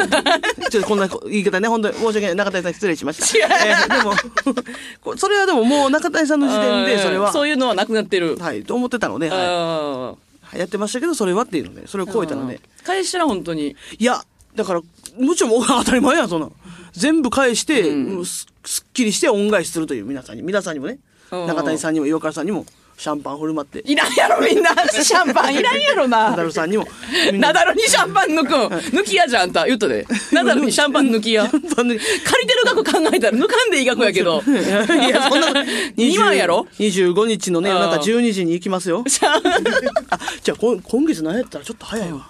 [SPEAKER 2] ちょっとこんな言い方ね、本当に申し訳ない。中谷さん失礼しました。えーでも こ、それはでももう中谷さんの時点で、それ
[SPEAKER 1] う
[SPEAKER 2] は
[SPEAKER 1] ん、そういうのはなくなってる。
[SPEAKER 2] はい、と思ってたので、は
[SPEAKER 1] あ
[SPEAKER 2] い、やってましたけど、それはっていうので、それを
[SPEAKER 1] あ。
[SPEAKER 2] 超えたので。。
[SPEAKER 1] 返したら本当に。
[SPEAKER 2] いや、だから、もちろん 僕は当たり前やん、そんなん。全部返して、うんすすっきりして恩返しするという皆さんに、皆さんにもね、
[SPEAKER 1] うん
[SPEAKER 2] 中谷さんにも岩倉さんにも、シャンパン振る舞って、
[SPEAKER 1] いらんやろ、 みんな。シャンパンいらんやろな
[SPEAKER 2] ナダ。ルさん にも、みん
[SPEAKER 1] ナ
[SPEAKER 2] な、
[SPEAKER 1] ダルにシャンパン抜くん。抜きやじゃん、あんた。言った で。ナダルにシャンパン抜きや。借
[SPEAKER 2] そんなに
[SPEAKER 1] りてる額考えたら抜かん でいい額やけど。
[SPEAKER 2] いや、そんなこと
[SPEAKER 1] 2万やろ
[SPEAKER 2] ?25 日のね、
[SPEAKER 1] うん
[SPEAKER 2] 夜中12時に行きま すよ。あ、じゃあ、こん今月何やったらちょっと早いわ。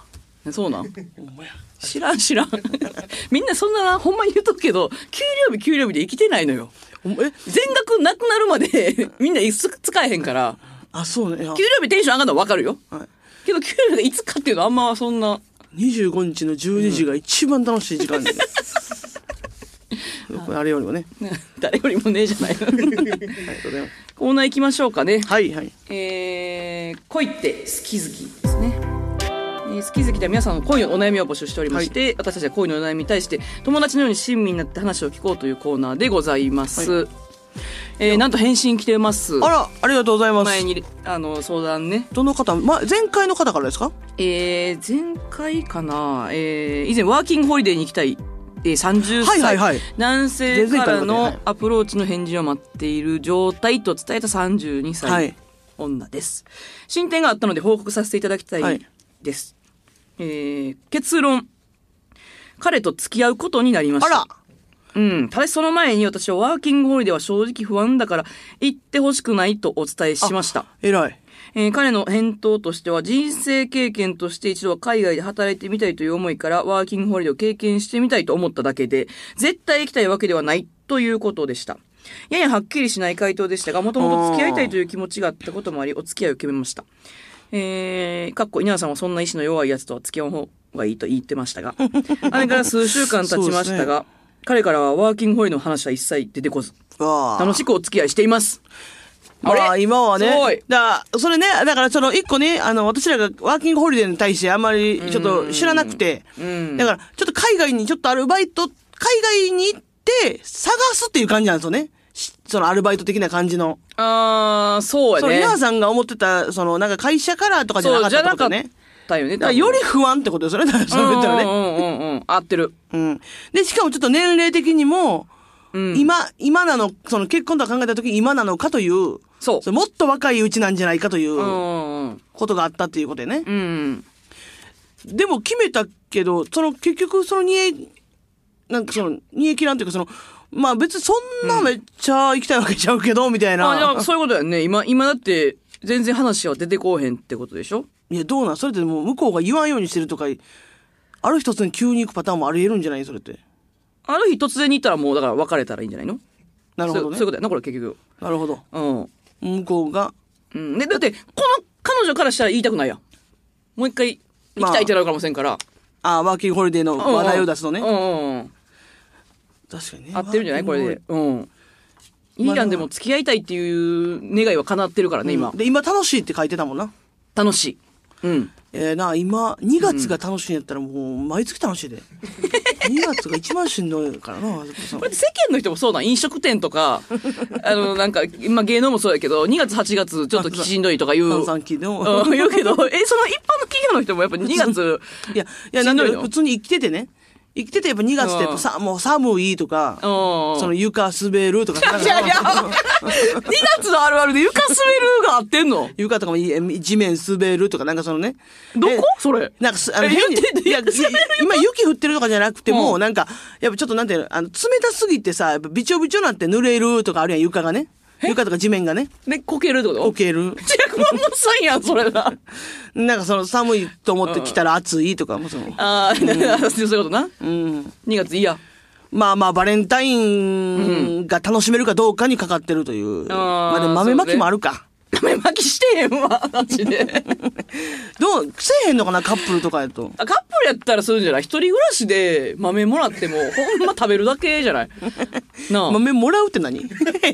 [SPEAKER 1] そうなん
[SPEAKER 2] ほんまや。
[SPEAKER 1] 知らん知らん。 みんなそんな、ほんまに言うとくけど、給料日給料日で生きてないのよ。
[SPEAKER 2] ほんまえ、
[SPEAKER 1] 全額なくなるまで みんないつ使えへんから、
[SPEAKER 2] あ、そうね。いや
[SPEAKER 1] 給料日テンション上がるのはわかるよ。
[SPEAKER 2] はい
[SPEAKER 1] けど給料がいつかっていうのはあんまそんな。
[SPEAKER 2] 25日の12時が一番楽しい時間で。 これあれよりもね。
[SPEAKER 1] 誰よりもねえじゃない。
[SPEAKER 2] ありがとうございます。
[SPEAKER 1] コーナー行きましょうかね。
[SPEAKER 2] はいはい。
[SPEAKER 1] えー恋って好き好きですね。えー好き好きでは皆さんの恋のお悩みを募集しておりまして、私たちは恋のお悩みに対して友達のように親身になって話を聞こうというコーナーでございます。えーなんと返信来てます。
[SPEAKER 2] あら、ありがとうございま
[SPEAKER 1] 前
[SPEAKER 2] す。
[SPEAKER 1] にあの相談ね。
[SPEAKER 2] どの方、ま、前回の方からですか
[SPEAKER 1] えー前回かな、えー以前ワーキングホリデーに行きたい、えー30
[SPEAKER 2] は
[SPEAKER 1] 歳、
[SPEAKER 2] いはいはい
[SPEAKER 1] 男性から
[SPEAKER 2] 前々回のこと
[SPEAKER 1] の
[SPEAKER 2] ね
[SPEAKER 1] アプローチの返事を待っている状態と伝えた32歳、
[SPEAKER 2] はい
[SPEAKER 1] 女です進展があったので報告させていただきた
[SPEAKER 2] はいい
[SPEAKER 1] です、えー結論彼と付き合うことになりま
[SPEAKER 2] あ
[SPEAKER 1] した
[SPEAKER 2] ら、
[SPEAKER 1] うん、ただしその前に私はワーキングホリデーは正直不安だから行ってほしくないとお伝えしました
[SPEAKER 2] 偉い。
[SPEAKER 1] えー彼の返答としては人生経験として一度は海外で働いてみたいという思いからワーキングホリデーを経験してみたいと思っただけで絶対行きたいわけではないということでした。ややはっきりしない回答でしたがもともと付き合いたいという気持ちがあったこともありお付き合いを決めました。えー、かっこ稲田さんはそんな意志の弱いやつとは付き合う方がいいと言ってましたがあれから数週間経ちましたが、彼からはワーキングホリデーの話は一切出てこず
[SPEAKER 2] わあ
[SPEAKER 1] 楽。しくお付き合いしています。
[SPEAKER 2] まあ、今は
[SPEAKER 1] すご
[SPEAKER 2] ね
[SPEAKER 1] い。
[SPEAKER 2] だからそれね、だからその一個ね、あの、私らがワーキングホリデーに対してあんまりちょっと知らなくて、
[SPEAKER 1] うん
[SPEAKER 2] だからちょっと海外にちょっとアルバイト、海外に行って探すっていう感じなんですよね。しそのアルバイト的な感じの。
[SPEAKER 1] あー、そうや
[SPEAKER 2] その、
[SPEAKER 1] ね。
[SPEAKER 2] 皆さんが思ってた、その、なんか会社からとかじゃなかったってことね。
[SPEAKER 1] たよね。
[SPEAKER 2] だからより不安ってことですよね。だから
[SPEAKER 1] 多
[SPEAKER 2] それ言
[SPEAKER 1] 分、
[SPEAKER 2] ったら
[SPEAKER 1] う
[SPEAKER 2] ね。
[SPEAKER 1] んうんうんうん。合ってる。
[SPEAKER 2] うん。で、しかもちょっと年齢的にも、
[SPEAKER 1] うん。
[SPEAKER 2] 今、今なの、その結婚とか考えた時今なのかという、
[SPEAKER 1] そう。
[SPEAKER 2] それもっと若いうちなんじゃないかといううん
[SPEAKER 1] うん
[SPEAKER 2] ことがあったっていうことでね。
[SPEAKER 1] うん。うん。
[SPEAKER 2] でも決めたけど、その結局その煮え、なんかその煮え切らんというかその、まあ別にそんなめっちゃ行きたいわけちゃうけど、みたい
[SPEAKER 1] あ、じ
[SPEAKER 2] な。
[SPEAKER 1] ゃあそういうことだよね。今、今だって、全然話は出てこうへんってことでしょ
[SPEAKER 2] いや、どうなんそれってもう向こうが言わんようにしてるとか、ある一つに急に行くパターンもあり得るんじゃないそれって。
[SPEAKER 1] ある日突然に行ったらもう、だから別れたらいいんじゃないの
[SPEAKER 2] なるほど
[SPEAKER 1] そう
[SPEAKER 2] ね
[SPEAKER 1] そういうこと。だよな、これ結局。
[SPEAKER 2] なるほど。
[SPEAKER 1] うん。
[SPEAKER 2] 向こうが。
[SPEAKER 1] うん。で、だって、この彼女からしたら言いたくないやん。もう一回、行きたいってなるかもしれんから。
[SPEAKER 2] ああ、ワーキングホリデーの
[SPEAKER 1] うんうん
[SPEAKER 2] 話題を出すのね。
[SPEAKER 1] うんうんうん。
[SPEAKER 2] 確かにね。
[SPEAKER 1] 合ってるんじゃないこれ
[SPEAKER 2] ワー
[SPEAKER 1] で。うん。いいやん、でも付き合いたいっていう願いは叶ってるからね、
[SPEAKER 2] キング
[SPEAKER 1] 今
[SPEAKER 2] ホリデー。で、今楽しいって書いてたもんな。
[SPEAKER 1] 楽しい。うん。
[SPEAKER 2] えー、な、今、2月が楽しいんやったらもう毎月楽し いで。2月が一番しんどいからな、やっぱそ の
[SPEAKER 1] これって世間の人もそうなん飲食店と かあのなんか、まあ、芸能もそうやけど2月8月ちょっとしんどいとか言う、う
[SPEAKER 2] 炭
[SPEAKER 1] ん、
[SPEAKER 2] 酸菌でも。
[SPEAKER 1] 言うけどえその一般の企業の人もやっぱ2月
[SPEAKER 2] いや、いや、なん
[SPEAKER 1] しんどい
[SPEAKER 2] か
[SPEAKER 1] の
[SPEAKER 2] 普通に生きててね。生きててやっぱ2月ってやっ
[SPEAKER 1] うん
[SPEAKER 2] ぱさ、もう寒いとか、その床滑るとか、
[SPEAKER 1] いやいや、2月のあるあるで床滑るがあってんの
[SPEAKER 2] 床とかもいい地面滑るとか、なんかそのね。
[SPEAKER 1] ど
[SPEAKER 2] で
[SPEAKER 1] こそれ。
[SPEAKER 2] なんかす、あの、
[SPEAKER 1] え
[SPEAKER 2] 変に
[SPEAKER 1] 言ってて
[SPEAKER 2] いや、い今雪降ってるとかじゃなくて
[SPEAKER 1] うん
[SPEAKER 2] も、なんか、やっぱちょっとなんていうの、あの、冷たすぎてさ、やっぱびちょびちょなって濡れるとかあるやん、床がね。床とか地面がね、
[SPEAKER 1] で、こける ってこと
[SPEAKER 2] 置ける。
[SPEAKER 1] ちくまんのさんやん、それな。
[SPEAKER 2] なんかその寒いと思って来たら暑いとかもその。
[SPEAKER 1] あ あ、そういうことな。
[SPEAKER 2] うん。
[SPEAKER 1] 2月いいや。
[SPEAKER 2] まあまあ、バレンタインが楽しめるかどうかにかかってるという。まあでも豆まきもあるか。
[SPEAKER 1] 豆まきしてへんわ、マジ で。
[SPEAKER 2] どう、せえへんのかな、カップルとかやと。
[SPEAKER 1] あカップルやったらするんじゃない一人暮らしで豆もらっても、ほんま食べるだけじゃないなあ。
[SPEAKER 2] 豆もらうって 何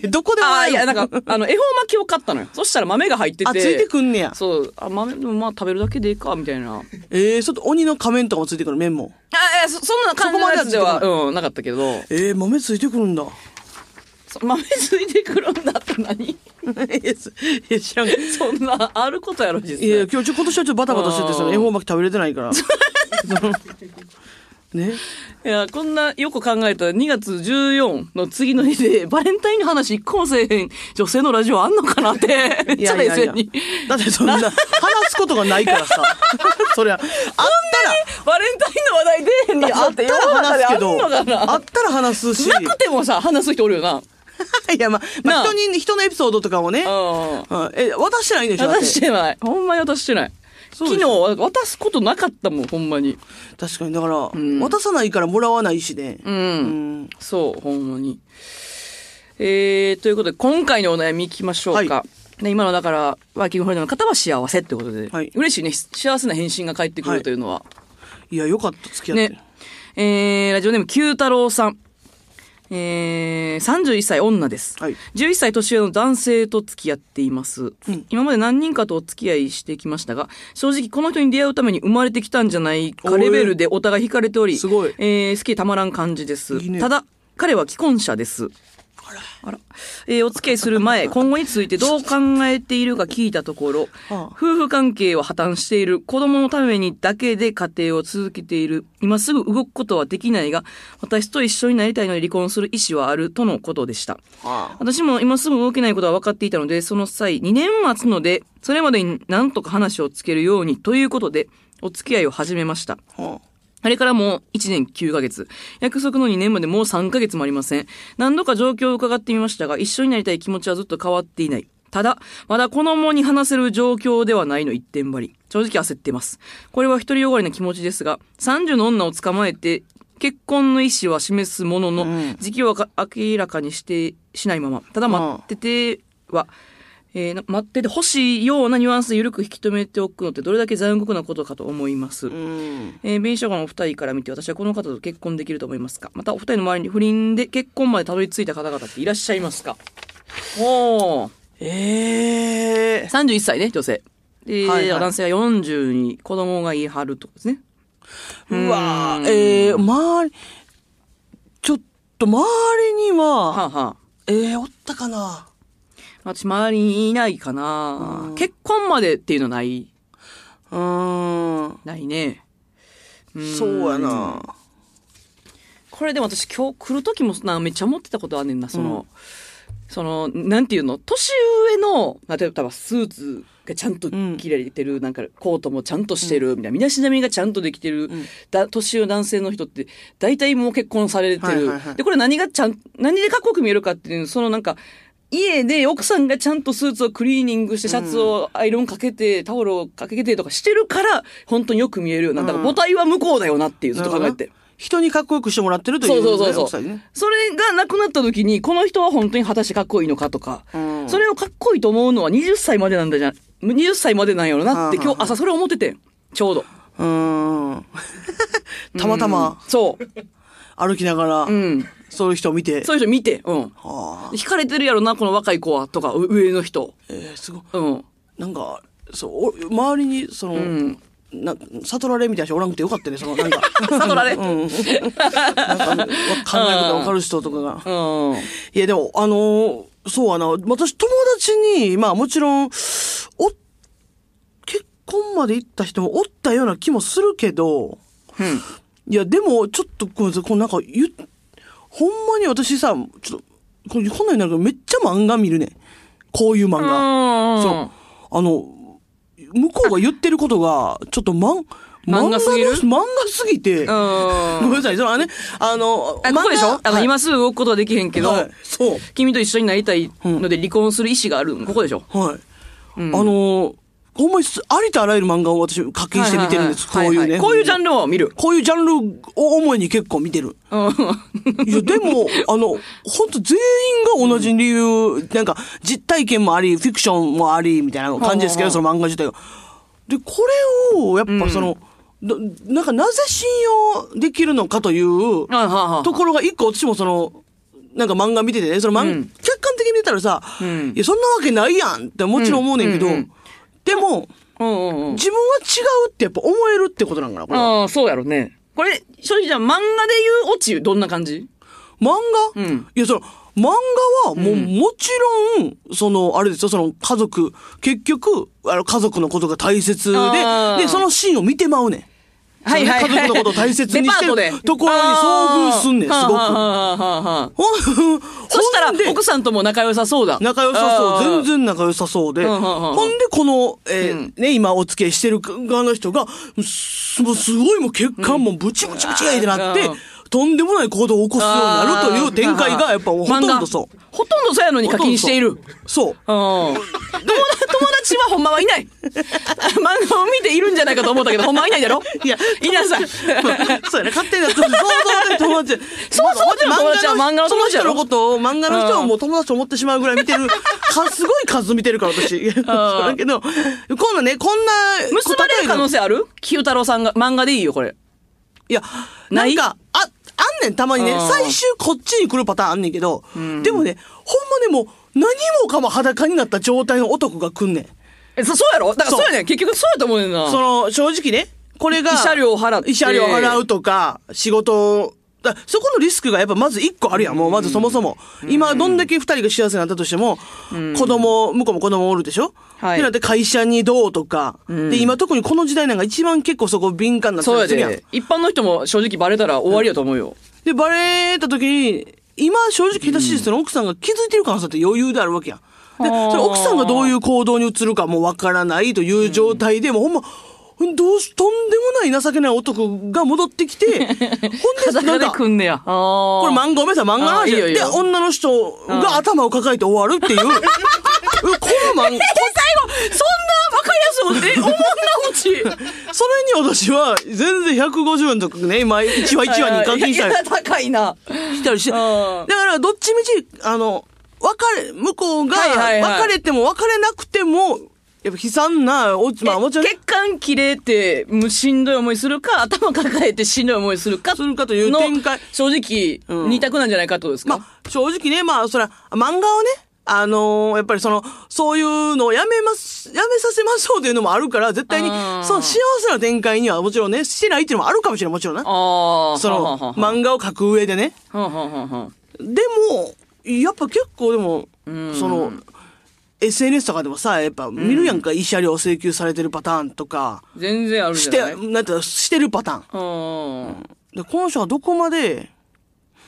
[SPEAKER 2] どこでも
[SPEAKER 1] あ
[SPEAKER 2] ら
[SPEAKER 1] あ、
[SPEAKER 2] え
[SPEAKER 1] い
[SPEAKER 2] る
[SPEAKER 1] や、なんか、あの、恵方巻きを買ったのよ。そしたら豆が入ってて。
[SPEAKER 2] あ、ついてくんねや。
[SPEAKER 1] そう。あ、豆、でもまあ食べるだけでいいか、みたいな。
[SPEAKER 2] えー、ちょっと鬼の仮面とかもついてくる面も。
[SPEAKER 1] あ、え、そ、そんな感じのやつでは、うん、なかったけど。
[SPEAKER 2] えー、豆ついてくるんだ。
[SPEAKER 1] そ豆ついてくるんだって 何
[SPEAKER 2] いやすいや、知らん。い
[SPEAKER 1] そんな、あることやろ、実際。
[SPEAKER 2] や、今日ちょ、今年はちょっとバタバタしてて、その
[SPEAKER 1] うん
[SPEAKER 2] 恵方巻き食べれてな いから。そのね。
[SPEAKER 1] いや、こんなよく考えたら2月14の次の日で、 バレンタインの話一個もせえへん女性のラジオあんのかなって、めっ
[SPEAKER 2] い
[SPEAKER 1] ちゃ
[SPEAKER 2] や
[SPEAKER 1] 冷
[SPEAKER 2] いやい
[SPEAKER 1] 静
[SPEAKER 2] や
[SPEAKER 1] に。。
[SPEAKER 2] だってそんな、話すことがないから さ。そりゃ、あったら、
[SPEAKER 1] バレンタインの話題出えへん
[SPEAKER 2] いやあ
[SPEAKER 1] な
[SPEAKER 2] っ
[SPEAKER 1] って
[SPEAKER 2] た
[SPEAKER 1] 世
[SPEAKER 2] ら
[SPEAKER 1] の中
[SPEAKER 2] 話
[SPEAKER 1] ですあ
[SPEAKER 2] け
[SPEAKER 1] んの
[SPEAKER 2] ど、
[SPEAKER 1] かな
[SPEAKER 2] あったら話すし。
[SPEAKER 1] なくてもさ、話す人おるよな。
[SPEAKER 2] いや、まあ、
[SPEAKER 1] な
[SPEAKER 2] まあ
[SPEAKER 1] あ
[SPEAKER 2] 人に、人のエピソードとかをね、
[SPEAKER 1] うん。
[SPEAKER 2] うんえ、渡してないんでしょだって
[SPEAKER 1] 渡してない。ほんまに渡してない。
[SPEAKER 2] そう
[SPEAKER 1] 昨
[SPEAKER 2] で
[SPEAKER 1] 日
[SPEAKER 2] しょ
[SPEAKER 1] 渡すことなかったもん、ほんまに。
[SPEAKER 2] 確かに、だから、
[SPEAKER 1] ん
[SPEAKER 2] 渡さないからもらわないしね。
[SPEAKER 1] う。
[SPEAKER 2] うん
[SPEAKER 1] そう、ほんまに。えー、ということで、今回のお悩みいきましょうか。
[SPEAKER 2] は
[SPEAKER 1] ね、今のだから、ワーキングホリデーの方は幸せってことで、
[SPEAKER 2] はい
[SPEAKER 1] 嬉しいね、し幸せな返信が返ってくるというのは。
[SPEAKER 2] いや、よかった、付き合って。
[SPEAKER 1] ね。えー、ラジオネーム、九太郎さん。えー、31歳女です。
[SPEAKER 2] はい
[SPEAKER 1] 11歳年上の男性と付き合っています、
[SPEAKER 2] うん
[SPEAKER 1] 今まで何人かとお付き合いしてきましたが、正直この人に出会うために生まれてきたんじゃないかレベルでお互い惹かれており、
[SPEAKER 2] おーすごい
[SPEAKER 1] えー好きでたまらん感じです。
[SPEAKER 2] いいね
[SPEAKER 1] ただ、彼は既婚者です。あらえーお付き合いする 前、今後についてどう考えているか聞いたところ、
[SPEAKER 2] はあ
[SPEAKER 1] 夫婦関係は破綻している、子供のためにだけで家庭を続けている、今すぐ動くことはできないが、私と一緒になりたいので離婚する意思はあるとのことでした。
[SPEAKER 2] ああ
[SPEAKER 1] 私も今すぐ動けないことは分かっていたので、その際、2年待つので、それまでになんとか話をつけるようにということで、お付き合いを始めました。
[SPEAKER 2] は
[SPEAKER 1] あれからもう1年9ヶ月。約束の2年までもう3ヶ月もありません。何度か状況を伺ってみましたが、一緒になりたい気持ちはずっと変わっていない。ただ、まだ子供に話せる状況ではないの一点張り。正直焦ってます。これは独りよがりな気持ちですが、30の女を捕まえて、結婚の意思は示すものの、
[SPEAKER 2] うん
[SPEAKER 1] 時期をか明らかにして、しないまま。ただ待ってては、えーな待ってて欲しいようなニュアンスで緩く引き止めておくのってどれだけ残酷なことかと思います。
[SPEAKER 2] あ。うん。
[SPEAKER 1] えー、弁償のお二人から見て私はこの方と結婚できると思いますかまたお二人の周りに不倫で結婚までたどり着いた方々っていらっしゃいますかおー
[SPEAKER 2] ええ
[SPEAKER 1] 31歳ね女性で、
[SPEAKER 2] はいはい
[SPEAKER 1] 男性は40に子供がいはるってことですね
[SPEAKER 2] うわーええー、周り、ちょっと周りには、
[SPEAKER 1] はあ、はあ、
[SPEAKER 2] ええおったかな
[SPEAKER 1] 私周りにいないかな結婚までっていうのはないう
[SPEAKER 2] ーん。
[SPEAKER 1] ないねん
[SPEAKER 2] そうやな。
[SPEAKER 1] これでも私今日来る時もなめっちゃ思ってたことあんねんなその、そのなんていうの年上の例えばスーツがちゃんと着られてる、なんかコートもちゃんとしてるみたいな身だしなみがちゃんとできてる、
[SPEAKER 2] ん
[SPEAKER 1] だ年上の男性の人って大体もう結婚されてる、
[SPEAKER 2] はいはいはい
[SPEAKER 1] でこれ何がちゃん何でかっこよく見えるかっていうそのなんか家で奥さんがちゃんとスーツをクリーニングしてシャツをアイロンかけて、タオルをかけてとかしてるから本当によく見えるようになっただから母体は向こうだよなっていうずっと考えて。
[SPEAKER 2] 人にかっこよくしてもらってるという、ね、
[SPEAKER 1] そうそうそう
[SPEAKER 2] 奥
[SPEAKER 1] そ
[SPEAKER 2] さ
[SPEAKER 1] う、
[SPEAKER 2] んにね
[SPEAKER 1] それがなくなった時にこの人は本当に果たしてかっこいいのかとか、
[SPEAKER 2] うん
[SPEAKER 1] それをかっこいいと思うのは20歳までなんだじゃん20歳までなんやろなって
[SPEAKER 2] はあは
[SPEAKER 1] 今
[SPEAKER 2] あ
[SPEAKER 1] 日朝それ思っててんちょうど
[SPEAKER 2] うーん。たまたま
[SPEAKER 1] そう
[SPEAKER 2] 歩きながら、
[SPEAKER 1] うん
[SPEAKER 2] そういう人を見て。
[SPEAKER 1] そういう人見てうん
[SPEAKER 2] はあ。
[SPEAKER 1] 惹かれてるやろなこの若い子はとかう上の人
[SPEAKER 2] えー、すごい。
[SPEAKER 1] うん
[SPEAKER 2] なんか、そう、お周りに、その、
[SPEAKER 1] ん
[SPEAKER 2] な悟られみたいな人おらんくてよかったね、その、なんか。
[SPEAKER 1] 悟られ
[SPEAKER 2] うん。な んか、考え方がわかる人とかが。
[SPEAKER 1] うん
[SPEAKER 2] いや、でも、あのーそうやな、私、友達に、まあ、もちろん、お、結婚まで行った人もおったような気もするけど、いや、でも、ちょっとごめんなさい、このなんか、ゆ、ほんまに私さ、ちょっと、これこんなんなるけど、めっちゃ漫画見るね。こういう漫画。
[SPEAKER 1] ん
[SPEAKER 2] そう。あの、向こうが言ってることが、ちょっとまん、
[SPEAKER 1] 漫画すぎる
[SPEAKER 2] 漫画の漫画すぎて、
[SPEAKER 1] う
[SPEAKER 2] ご
[SPEAKER 1] ん。
[SPEAKER 2] めんなさい、そのあのね、あの、
[SPEAKER 1] あここでしょあの、
[SPEAKER 2] はい
[SPEAKER 1] 今すぐ動くことはできへんけど、
[SPEAKER 2] はいそう。
[SPEAKER 1] 君と一緒になりたいので離婚する意思がある、ここでしょ
[SPEAKER 2] はい。
[SPEAKER 1] うん
[SPEAKER 2] あの、ほんまにすありとあらゆる漫画を私課金して見てるんです。
[SPEAKER 1] はいはいはい
[SPEAKER 2] こういうね。
[SPEAKER 1] こういうジャンルを見る。
[SPEAKER 2] こういうジャンルを主に結構見 てる。
[SPEAKER 1] うん。
[SPEAKER 2] いや、でも、あの、ほんと全員が同じ理由、なんか、実体験もあり、フィクションもあり、みたいな感じですけど、
[SPEAKER 1] ほう
[SPEAKER 2] そ
[SPEAKER 1] ほ
[SPEAKER 2] の漫画自体が。で、これを、やっぱその、どなんか、なぜ信用できるのかという、
[SPEAKER 1] はいはいはい
[SPEAKER 2] ところが、一個私もその、なんか漫画見ててね、その漫、
[SPEAKER 1] うん
[SPEAKER 2] 客観的に見たらさ、
[SPEAKER 1] ん
[SPEAKER 2] いや、そんなわけないやんってもちろん思うねんけど、
[SPEAKER 1] うんうんうん
[SPEAKER 2] でも、
[SPEAKER 1] うんうんうん。
[SPEAKER 2] 自分は違うってやっぱ思えるってことなんかな、これは。
[SPEAKER 1] ああ、そうやろね。これ、正直じゃあ漫画で言うオチ、どんな感じ
[SPEAKER 2] 漫
[SPEAKER 1] う
[SPEAKER 2] 画、
[SPEAKER 1] ん
[SPEAKER 2] いや、その、漫画は、もう、もちろん、その、あれですよ、その、家族、結局、あの、家族のことが大切で
[SPEAKER 1] あー、
[SPEAKER 2] で、そのシーンを見てまうねん。そのね家族のことを大切にしてる
[SPEAKER 1] デパートで
[SPEAKER 2] ところに遭遇すんねん
[SPEAKER 1] あー
[SPEAKER 2] すごく
[SPEAKER 1] はあはあはあはあ
[SPEAKER 2] ほん、ほん
[SPEAKER 1] そしたら
[SPEAKER 2] で、
[SPEAKER 1] 奥さんとも仲良さそうだ。
[SPEAKER 2] 仲良さ
[SPEAKER 1] あ
[SPEAKER 2] そう。
[SPEAKER 1] ー
[SPEAKER 2] 全。然仲良さそうで。
[SPEAKER 1] うんうんうんうん
[SPEAKER 2] ほんで、この、えー
[SPEAKER 1] うん
[SPEAKER 2] ね、今お付き合いしてる側の人が、すもうすごいもう血管もブチブチブチがいってなって
[SPEAKER 1] うん、
[SPEAKER 2] とんでもない行動を起こすようになるという展開が、やっぱほとんどそう
[SPEAKER 1] 漫。画ほとんどそうやのに課金している。うん
[SPEAKER 2] そう。
[SPEAKER 1] 友達友達はほんまはいない。漫画を見ているんじゃないかと思ったけど、ほんまはいないだろいや、いなさい。
[SPEAKER 2] そうやね、勝手にやってる想像で友達。
[SPEAKER 1] そうそうでも友達は漫画の
[SPEAKER 2] その
[SPEAKER 1] 友達や
[SPEAKER 2] 人
[SPEAKER 1] ろ
[SPEAKER 2] のことを、漫画の人はもう友達と思ってしまうぐらい 見てる、かすごい数見てるから私。 そうだけど、こんなね、こんな、
[SPEAKER 1] 結ばれる可能性ある清太郎さんが、漫画でいいよ、これ。
[SPEAKER 2] いや、
[SPEAKER 1] な
[SPEAKER 2] な
[SPEAKER 1] んい
[SPEAKER 2] か、あ、あんねん、たまにね
[SPEAKER 1] う。ん
[SPEAKER 2] 最終こっちに来るパターンあんねんけど、でもね、ほんまね、もう、何もかも裸になった状態の男が来んねん。
[SPEAKER 1] え、そ、そうやろだから
[SPEAKER 2] そ
[SPEAKER 1] そううやねん。結局そうやと思うねんな。
[SPEAKER 2] その、正直ね、これが、
[SPEAKER 1] 慰謝料を払って
[SPEAKER 2] 慰謝料を払うとか、仕事を、だそこのリスクがやっぱまず一個あるやん、もうまずそもそも。今、どんだけ二人が幸せになったとしても、子供、向こうも子供おるでしょ
[SPEAKER 1] はい
[SPEAKER 2] ってなって会社にどうとか。で、今特にこの時代なんか一番結構そこ敏感になって
[SPEAKER 1] そう
[SPEAKER 2] た
[SPEAKER 1] や
[SPEAKER 2] りするやん
[SPEAKER 1] で。。一般の人も正直バレたら終わりやと思うよ。
[SPEAKER 2] で、バレた時に、今正直言ったし、その奥さんが気づいてる可能性って余裕であるわけやん。で、
[SPEAKER 1] はあ
[SPEAKER 2] その奥さんがどういう行動に移るかもわからないという状態で、もうほんま、どうし、とんでもない情けない男が戻ってき て、ほんで、な
[SPEAKER 1] 裸
[SPEAKER 2] ん
[SPEAKER 1] で
[SPEAKER 2] か、
[SPEAKER 1] くんねや。あ
[SPEAKER 2] これ
[SPEAKER 1] こ
[SPEAKER 2] 漫画、ごめんなさい、漫画の
[SPEAKER 1] あー
[SPEAKER 2] 話
[SPEAKER 1] いいよいい
[SPEAKER 2] で、
[SPEAKER 1] よ
[SPEAKER 2] 女の人が頭を抱えて終わるっていう、 えこ
[SPEAKER 1] 最後、そんなわ
[SPEAKER 2] の漫画、
[SPEAKER 1] かりやすい、え、おもんなうち。
[SPEAKER 2] それに私は、全然150円とかね、今、1話1話に課金した
[SPEAKER 1] い
[SPEAKER 2] り
[SPEAKER 1] や、高いな。
[SPEAKER 2] したりして、
[SPEAKER 1] う
[SPEAKER 2] だ
[SPEAKER 1] ん
[SPEAKER 2] からどっちみち、あの、別れ、向こうが、
[SPEAKER 1] はいはいはい
[SPEAKER 2] 別れても別れなくても、やっぱ悲惨な、おまあもちろんね
[SPEAKER 1] 血、管切れて、むしんどい思いするか、頭抱えてしんどい思いするか
[SPEAKER 2] するかという
[SPEAKER 1] の
[SPEAKER 2] 展開。
[SPEAKER 1] 正直、
[SPEAKER 2] うん
[SPEAKER 1] 二択なんじゃないかってことですか、
[SPEAKER 2] まあ、正直ね、まあ、そら、漫画をね、あのーやっぱりその、そういうのをやめます、やめさせましょうというのもあるから、絶対に、
[SPEAKER 1] うん
[SPEAKER 2] その幸せな展開にはもちろんね、してないっていうのもあるかもしれない、もちろんな。
[SPEAKER 1] ああ、
[SPEAKER 2] そ
[SPEAKER 1] は
[SPEAKER 2] の、
[SPEAKER 1] んはんはんはん
[SPEAKER 2] 漫画を描く上でね。
[SPEAKER 1] はんはんはんはん
[SPEAKER 2] でも、やっぱ結構でも、
[SPEAKER 1] ん
[SPEAKER 2] その、SNS とかでもさ、やっぱ見るやんか、慰謝料請求されてるパターンとか、
[SPEAKER 1] 全然あるじ
[SPEAKER 2] し
[SPEAKER 1] ゃ
[SPEAKER 2] て、
[SPEAKER 1] ない
[SPEAKER 2] なんていうのしてるパターン。
[SPEAKER 1] うん
[SPEAKER 2] で、この人がどこまで、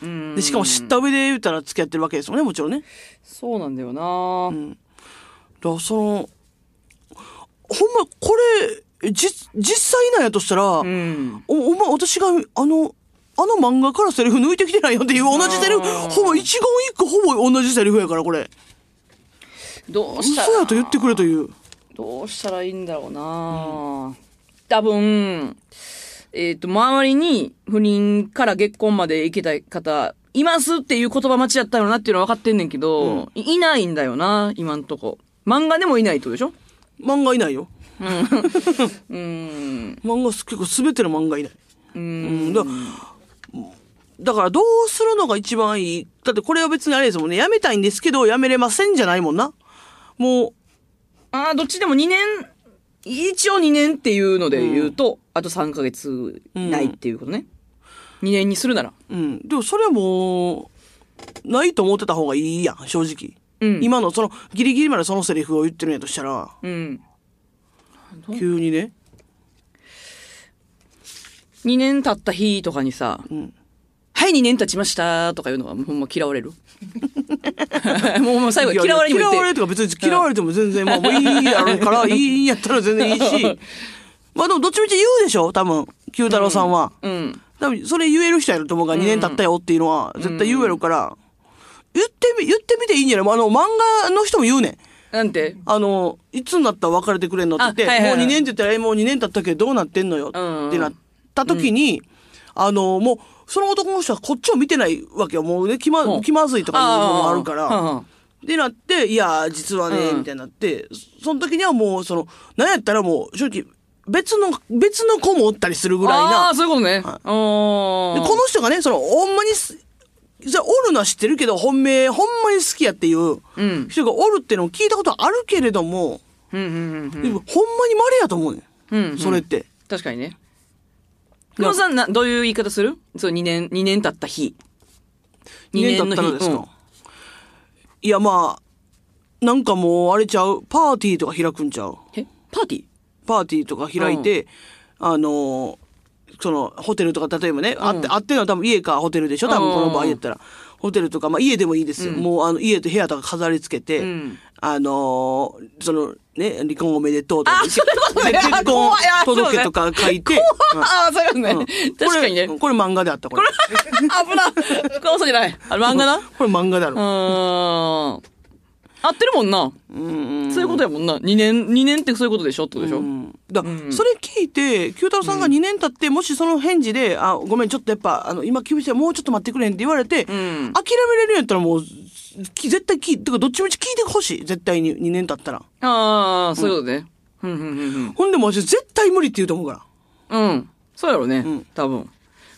[SPEAKER 1] うん
[SPEAKER 2] で、しかも知った上で言ったら付き合ってるわけですよね、もちろんね。
[SPEAKER 1] そうなんだよな、
[SPEAKER 2] だからその、ほんま、これ、じ、実際なんやとしたら、
[SPEAKER 1] うん
[SPEAKER 2] お、お前、私が、あの、あの漫画からセリフ抜いてきてないよっていう同じセリフ、ほぼ一言一句ほぼ同じセリフやから、これ。
[SPEAKER 1] どうした
[SPEAKER 2] 嘘や
[SPEAKER 1] ら
[SPEAKER 2] と言ってくれという。
[SPEAKER 1] どうしたらいいんだろうな、多分えっ、と周りに不倫から結婚まで行けた方いますっていう言葉待ちやったよなっていうのは分かってんねんけど、いいないんだよな今んとこ漫画でもいないってことでしょ
[SPEAKER 2] 漫画いないよ。
[SPEAKER 1] うん
[SPEAKER 2] 漫画す結構全ての漫画いない。
[SPEAKER 1] う
[SPEAKER 2] うんん、だだからどうするのが一番いいだってこれは別にあれですもんね。やめたいんですけど、やめれませんじゃないもんな。もう、
[SPEAKER 1] ああどっちでも2年一応2年っていうので言うと、あと3ヶ月ないっていうことね、2年にするなら
[SPEAKER 2] うん。でもそれはもう、ないと思ってた方がいいやん、正直。
[SPEAKER 1] うん
[SPEAKER 2] 今のその、ギリギリまでそのセリフを言ってるんやとしたら、
[SPEAKER 1] うん
[SPEAKER 2] 急にね。
[SPEAKER 1] 2年経った日とかにさ、
[SPEAKER 2] ん
[SPEAKER 1] はい、2年経ちましたとか言うのは、もうほんま嫌われる。 もうもう最後、
[SPEAKER 2] いや
[SPEAKER 1] 嫌われにも言って。
[SPEAKER 2] 嫌われとか別に嫌われても全然、まあもういいやろうから、いいんやったら全然い いし。まあでもどっちみち言うでしょ多分、九太郎さんは。
[SPEAKER 1] うん。
[SPEAKER 2] 多分それ言える人やると思うから、2年経ったよっていうのは絶対言うやろから、言ってみ、言ってみていいんじゃないあの、漫画の人も言うねん。
[SPEAKER 1] なんて
[SPEAKER 2] あの、いつになったら別れてくれんのって言って、
[SPEAKER 1] あはいはいはい
[SPEAKER 2] もう2年って言ったら、えもう2年経ったけどどうなってんのよって
[SPEAKER 1] うんうん
[SPEAKER 2] なった時に、あの、もう、その男の人はこっちを見てないわけよ。もうね、気ま
[SPEAKER 1] うん
[SPEAKER 2] 気まずいとかいうのもあるから。
[SPEAKER 1] ああああ
[SPEAKER 2] でなって、いや、実はね、
[SPEAKER 1] うん
[SPEAKER 2] みたいになって、そその時にはもう、その、なんやったらもう、正直、別の、別の子もおったりするぐらい
[SPEAKER 1] あ
[SPEAKER 2] な
[SPEAKER 1] あ、。そういうことね。
[SPEAKER 2] は
[SPEAKER 1] あ
[SPEAKER 2] で
[SPEAKER 1] あ
[SPEAKER 2] この人がね、その、ほんまにす、じゃあおるのは知ってるけど、本命、ほんまに好きやっていう
[SPEAKER 1] うん。
[SPEAKER 2] 人がおるっていうのを聞いたことはあるけれども、
[SPEAKER 1] うんうんうん
[SPEAKER 2] でもほんまに稀やと思うね。
[SPEAKER 1] うんうんん。
[SPEAKER 2] それって。
[SPEAKER 1] 確かにね。久野さん、な、どういう言い方するそう、2年、二年経った日。二
[SPEAKER 2] 2年経ったらですか。いや、まあ、なんかもう、あれちゃう、パーティーとか開くんちゃう
[SPEAKER 1] えパーティー
[SPEAKER 2] パーティーとか開いて、あのーそのホテルとか例えばね、あってあってるのは多分家かホテルでしょ多分この場合やったら、ホテルとか、まあ、家でもいいですよ、もうあの家と部屋とか飾り付けて、
[SPEAKER 1] うん
[SPEAKER 2] あのーそのね離婚おめでとうとか
[SPEAKER 1] あ、そういうことね。
[SPEAKER 2] 結婚届けとか書いて、
[SPEAKER 1] ああ、そういうことね
[SPEAKER 2] うん。
[SPEAKER 1] 確かにね。
[SPEAKER 2] こ
[SPEAKER 1] 危
[SPEAKER 2] れこれ漫画であったこれ
[SPEAKER 1] な。これ嘘じゃない。あれ漫画な。う
[SPEAKER 2] これ漫画だろ、
[SPEAKER 1] ーん。合ってるもんな。そういうことやもんな。2年、二年ってそういうことでしょってことでしょ
[SPEAKER 2] うんだ、それ聞いて九太郎さんが2年経って、もしその返事で「あごめんちょっとやっぱあの今厳しいもうちょっと待ってくれ」って言われて、
[SPEAKER 1] ん
[SPEAKER 2] 諦めれるんやったらもうき絶対聞いてかどっちみち聞いてほしい絶対に2年経ったら
[SPEAKER 1] ああ、そういうことね。うん、うん、うん
[SPEAKER 2] ほんでもう絶対無理って言うと思うから
[SPEAKER 1] うん。うん。そうやろうね
[SPEAKER 2] ん。
[SPEAKER 1] 多分。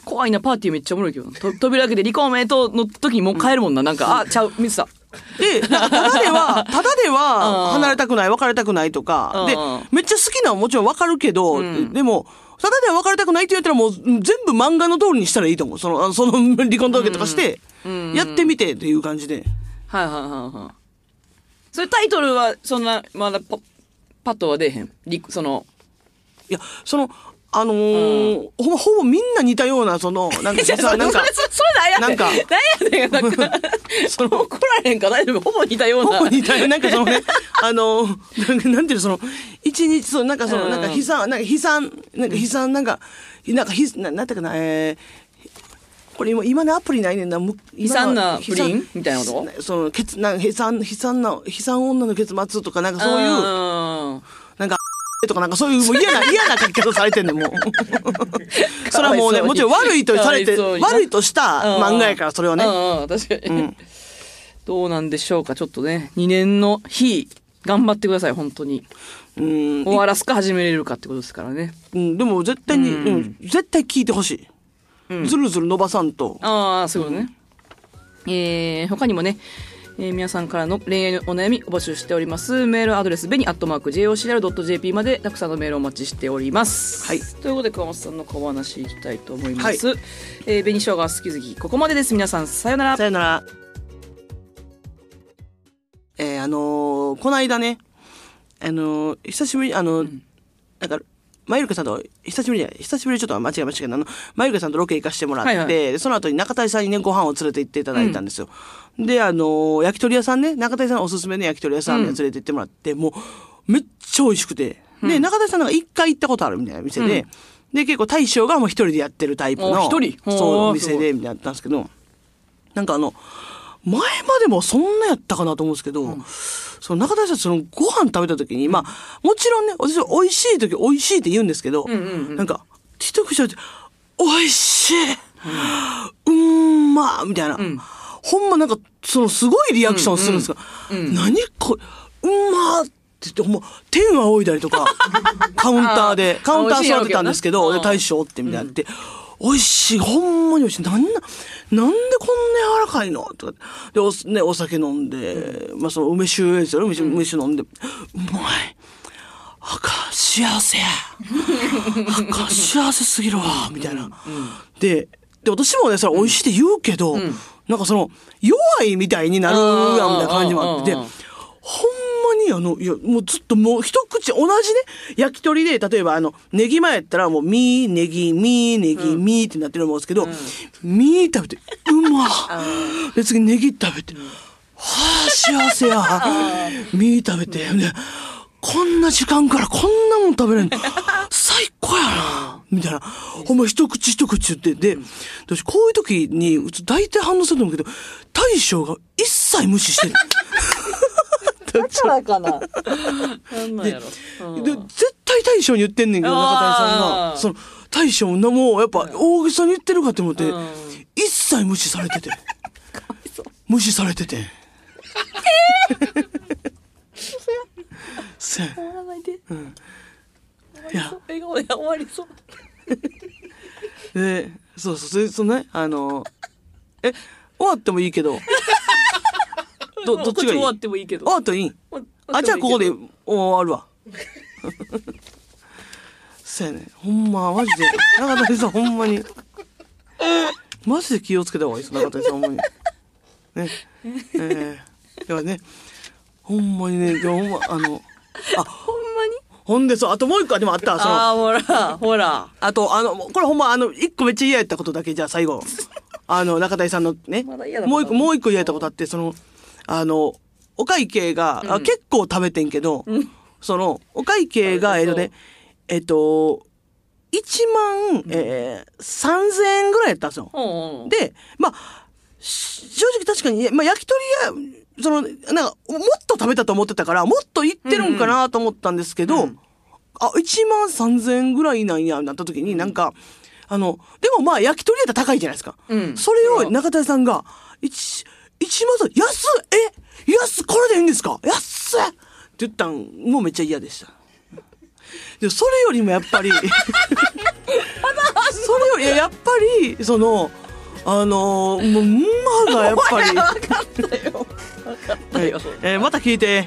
[SPEAKER 1] 怖いな、パーティーめっちゃおもろいけどな。と扉開けて離婚おめでとうの時にもう帰るもんな。なんか、あ、ちゃう、見てた。
[SPEAKER 2] でなんかただ ではただで
[SPEAKER 1] う
[SPEAKER 2] は
[SPEAKER 1] ん
[SPEAKER 2] 離れたくない別れたくないとかで
[SPEAKER 1] うん
[SPEAKER 2] めっちゃ好きなのはもちろん分かるけど、
[SPEAKER 1] ん
[SPEAKER 2] でもただでは別れたくないって言ったらもう全部漫画の通りにしたらいいと思うそのあのその離婚届とかして、やってみてっていう感じで。
[SPEAKER 1] はいはいはいはい。それタイトルは、そんな、まだパ、パッとは出えへん。りその、
[SPEAKER 2] いや、その、あのーほぼ、ほぼみんな似たような、その、なんか、
[SPEAKER 1] いや
[SPEAKER 2] さなんか
[SPEAKER 1] それ、それそれなんやねん。なんやねん。なん か、
[SPEAKER 2] その、
[SPEAKER 1] 怒られへんか大丈夫。ほぼ似たような。
[SPEAKER 2] ほぼ似たような、なんかそのね、 あのーなんか、なんていうの、その、一日、その、なんかその、
[SPEAKER 1] うん
[SPEAKER 2] なんか悲惨、なんか悲惨、なんか悲惨、なんか、なんか悲、ななんていうかな、えー、これ今、今のアプリないねんな、む
[SPEAKER 1] 悲惨な
[SPEAKER 2] 今
[SPEAKER 1] 不
[SPEAKER 2] のは
[SPEAKER 1] 倫みたいなこと
[SPEAKER 2] 悲惨その、ケツ、なんか悲惨、悲惨な、悲惨女の結末とか、なんかそういう、
[SPEAKER 1] う
[SPEAKER 2] なんか、 とかなんかそういうもう 嫌な、嫌な書き方されてんねん、もう。それはもうね、もちろん悪いとされて、
[SPEAKER 1] かわいそうにな
[SPEAKER 2] 悪いとした漫画やから、それはね。
[SPEAKER 1] うんうん、確かに。どうなんでしょうか、ちょっとね。2年の日、頑張ってください、本当に。
[SPEAKER 2] うん。
[SPEAKER 1] 終わらすか始めれるかってことですからね。
[SPEAKER 2] うんでも絶対に、
[SPEAKER 1] うん
[SPEAKER 2] うん絶対聞いてほしい。ずるずる伸ばさんと。
[SPEAKER 1] ああ、そういうことね。えー、他にもね、えー皆さんからの恋愛のお悩みお募集しております。メールアドレス、ベニアットマーク JOCR.jp までたくさんのメールをお待ちしております。
[SPEAKER 2] はい
[SPEAKER 1] ということで、川本さんの小話いきたいと思います。えー、紅生姜好き好き、ここまでです。皆さん、さようなら。
[SPEAKER 2] さよなら。えー、あのーこの間ね、あのー久しぶりに、あのーなんか、まゆるかさんと、久しぶりに、久しぶりにちょっと間違えましたけど、あの、まゆるかさんとロケ行かしてもらって、
[SPEAKER 1] はいはい
[SPEAKER 2] でその後に中谷さんにね、ご飯を連れて行っていただいたんですよ。で、あのー焼き鳥屋さんね、中谷さんのおすすめの焼き鳥屋さんに連れて行ってもらって、もう、めっちゃ美味しくて。で、中谷さんなんか一回行ったことあるみたいな店で、で、結構大将がもう一人でやってるタイプの、
[SPEAKER 1] お一人
[SPEAKER 2] そう、
[SPEAKER 1] おー
[SPEAKER 2] お店で、みたいなのやったんですけど、なんかあの、前までもそんなやったかなと思うんですけど、その中田さんそのご飯食べた時に、まあ、もちろんね、私は美味しい時美味しいって言うんですけど、なんか、一口食べて、美味しい、うーん、まあ、みたいな、ほんまなんか、そのすごいリアクションするんですが、何これ、うんまーって言って、ほんま、天仰いだりと か、カウンターで、カウンター座ってたんですけど、
[SPEAKER 1] 美味しいんやろうけどな
[SPEAKER 2] で大将ってみたいなって、美味しい、ほんまに美味しい。なんな、なんでこんな柔らかいのとか。で、お,、ね、お酒飲んで、まあその梅酒ですよね、梅酒,、梅酒飲んで、うまい。あかん、幸せや。あかん、幸せすぎるわ、みたいな。で、で、私もね、それ美味しいって言うけど、なんかその、弱いみたいになるやん、みたいな感じもあって、
[SPEAKER 1] うん
[SPEAKER 2] で
[SPEAKER 1] うんうんうん
[SPEAKER 2] ほんまににあの、いや、もうずっともう一口同じね、焼き鳥で、例えばあの、ネギ前やったらもう、ミー、ネギ、ミー、ネギ、ミーってなってると思うんですけど、ミー食べて、うまっで、次ネギ食べて、はあ、幸 せや。ミー食べて、ね、こんな時間からこんなもん食べれんの。最高やな。みたいな。ほんま一口一口言って。で、私こういう時に、うち大体反応すると思うけど、大将が一切無視し てる。
[SPEAKER 3] だからかな。
[SPEAKER 1] なんなんやろ。うん
[SPEAKER 2] で、絶対大将に言ってんねんけど、中谷さん
[SPEAKER 1] あー
[SPEAKER 2] が。その、大将もなもう、やっぱ、大げさに言ってるかって思って
[SPEAKER 1] うん、
[SPEAKER 2] 一切無視され てて。無視されてて。せや
[SPEAKER 1] 終わらないで。
[SPEAKER 2] いや、
[SPEAKER 1] 笑顔で終わりそう。
[SPEAKER 2] で、そうそう、それ、そのね、あの、え、終わってもいいけど、ど、どっちがいい
[SPEAKER 1] 終わっ
[SPEAKER 2] 終
[SPEAKER 1] てもいいけど。
[SPEAKER 2] わってもいいあ、じゃあここで終わるわ。そうやね。ほんま、マジで。中谷さん、ほんまに。マジで気をつけた方がいいです、中谷さん、ほんまに。ね。ええではね、ほんまにね、でもほんま、あの、あ、
[SPEAKER 1] ほんまに
[SPEAKER 2] ほんで、そう、あともう一個、でもあった、その、
[SPEAKER 1] ああ、ほら、ほら。
[SPEAKER 2] あと、あの、これほんま、あの、一個めっちゃ嫌やったことだけ、じゃ あ最後。あの、中谷さんのね、
[SPEAKER 1] まだ嫌なこと
[SPEAKER 2] も
[SPEAKER 1] あ
[SPEAKER 2] う
[SPEAKER 1] る
[SPEAKER 2] 一個、もう一個嫌やったことあって、その、あの、お会計が、あ結構食べてんけど、その、お会計が、えっとね、えっと、1万、えー、3000円ぐらいやったんですよ。
[SPEAKER 1] うんうん。
[SPEAKER 2] で、まあ、し正直確かに、まあ、焼き鳥屋、その、なんか、もっと食べたと思ってたから、もっと行ってるんかなと思ったんですけど、あ、1万3000円ぐらいなんや、なった時に、なんか、あの、でもまあ、焼き鳥屋って高いじゃないですか。
[SPEAKER 1] うん
[SPEAKER 2] それを中田さんが、一、一万3000、安っえ安っこれでいいんですか安っって言ったん、もうめっちゃ嫌でした。でもそれよりもやっぱりそれよりいややっぱりそのあのもうまがやっ ぱり
[SPEAKER 1] よ
[SPEAKER 2] はいえーまた聞いて。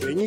[SPEAKER 4] 紅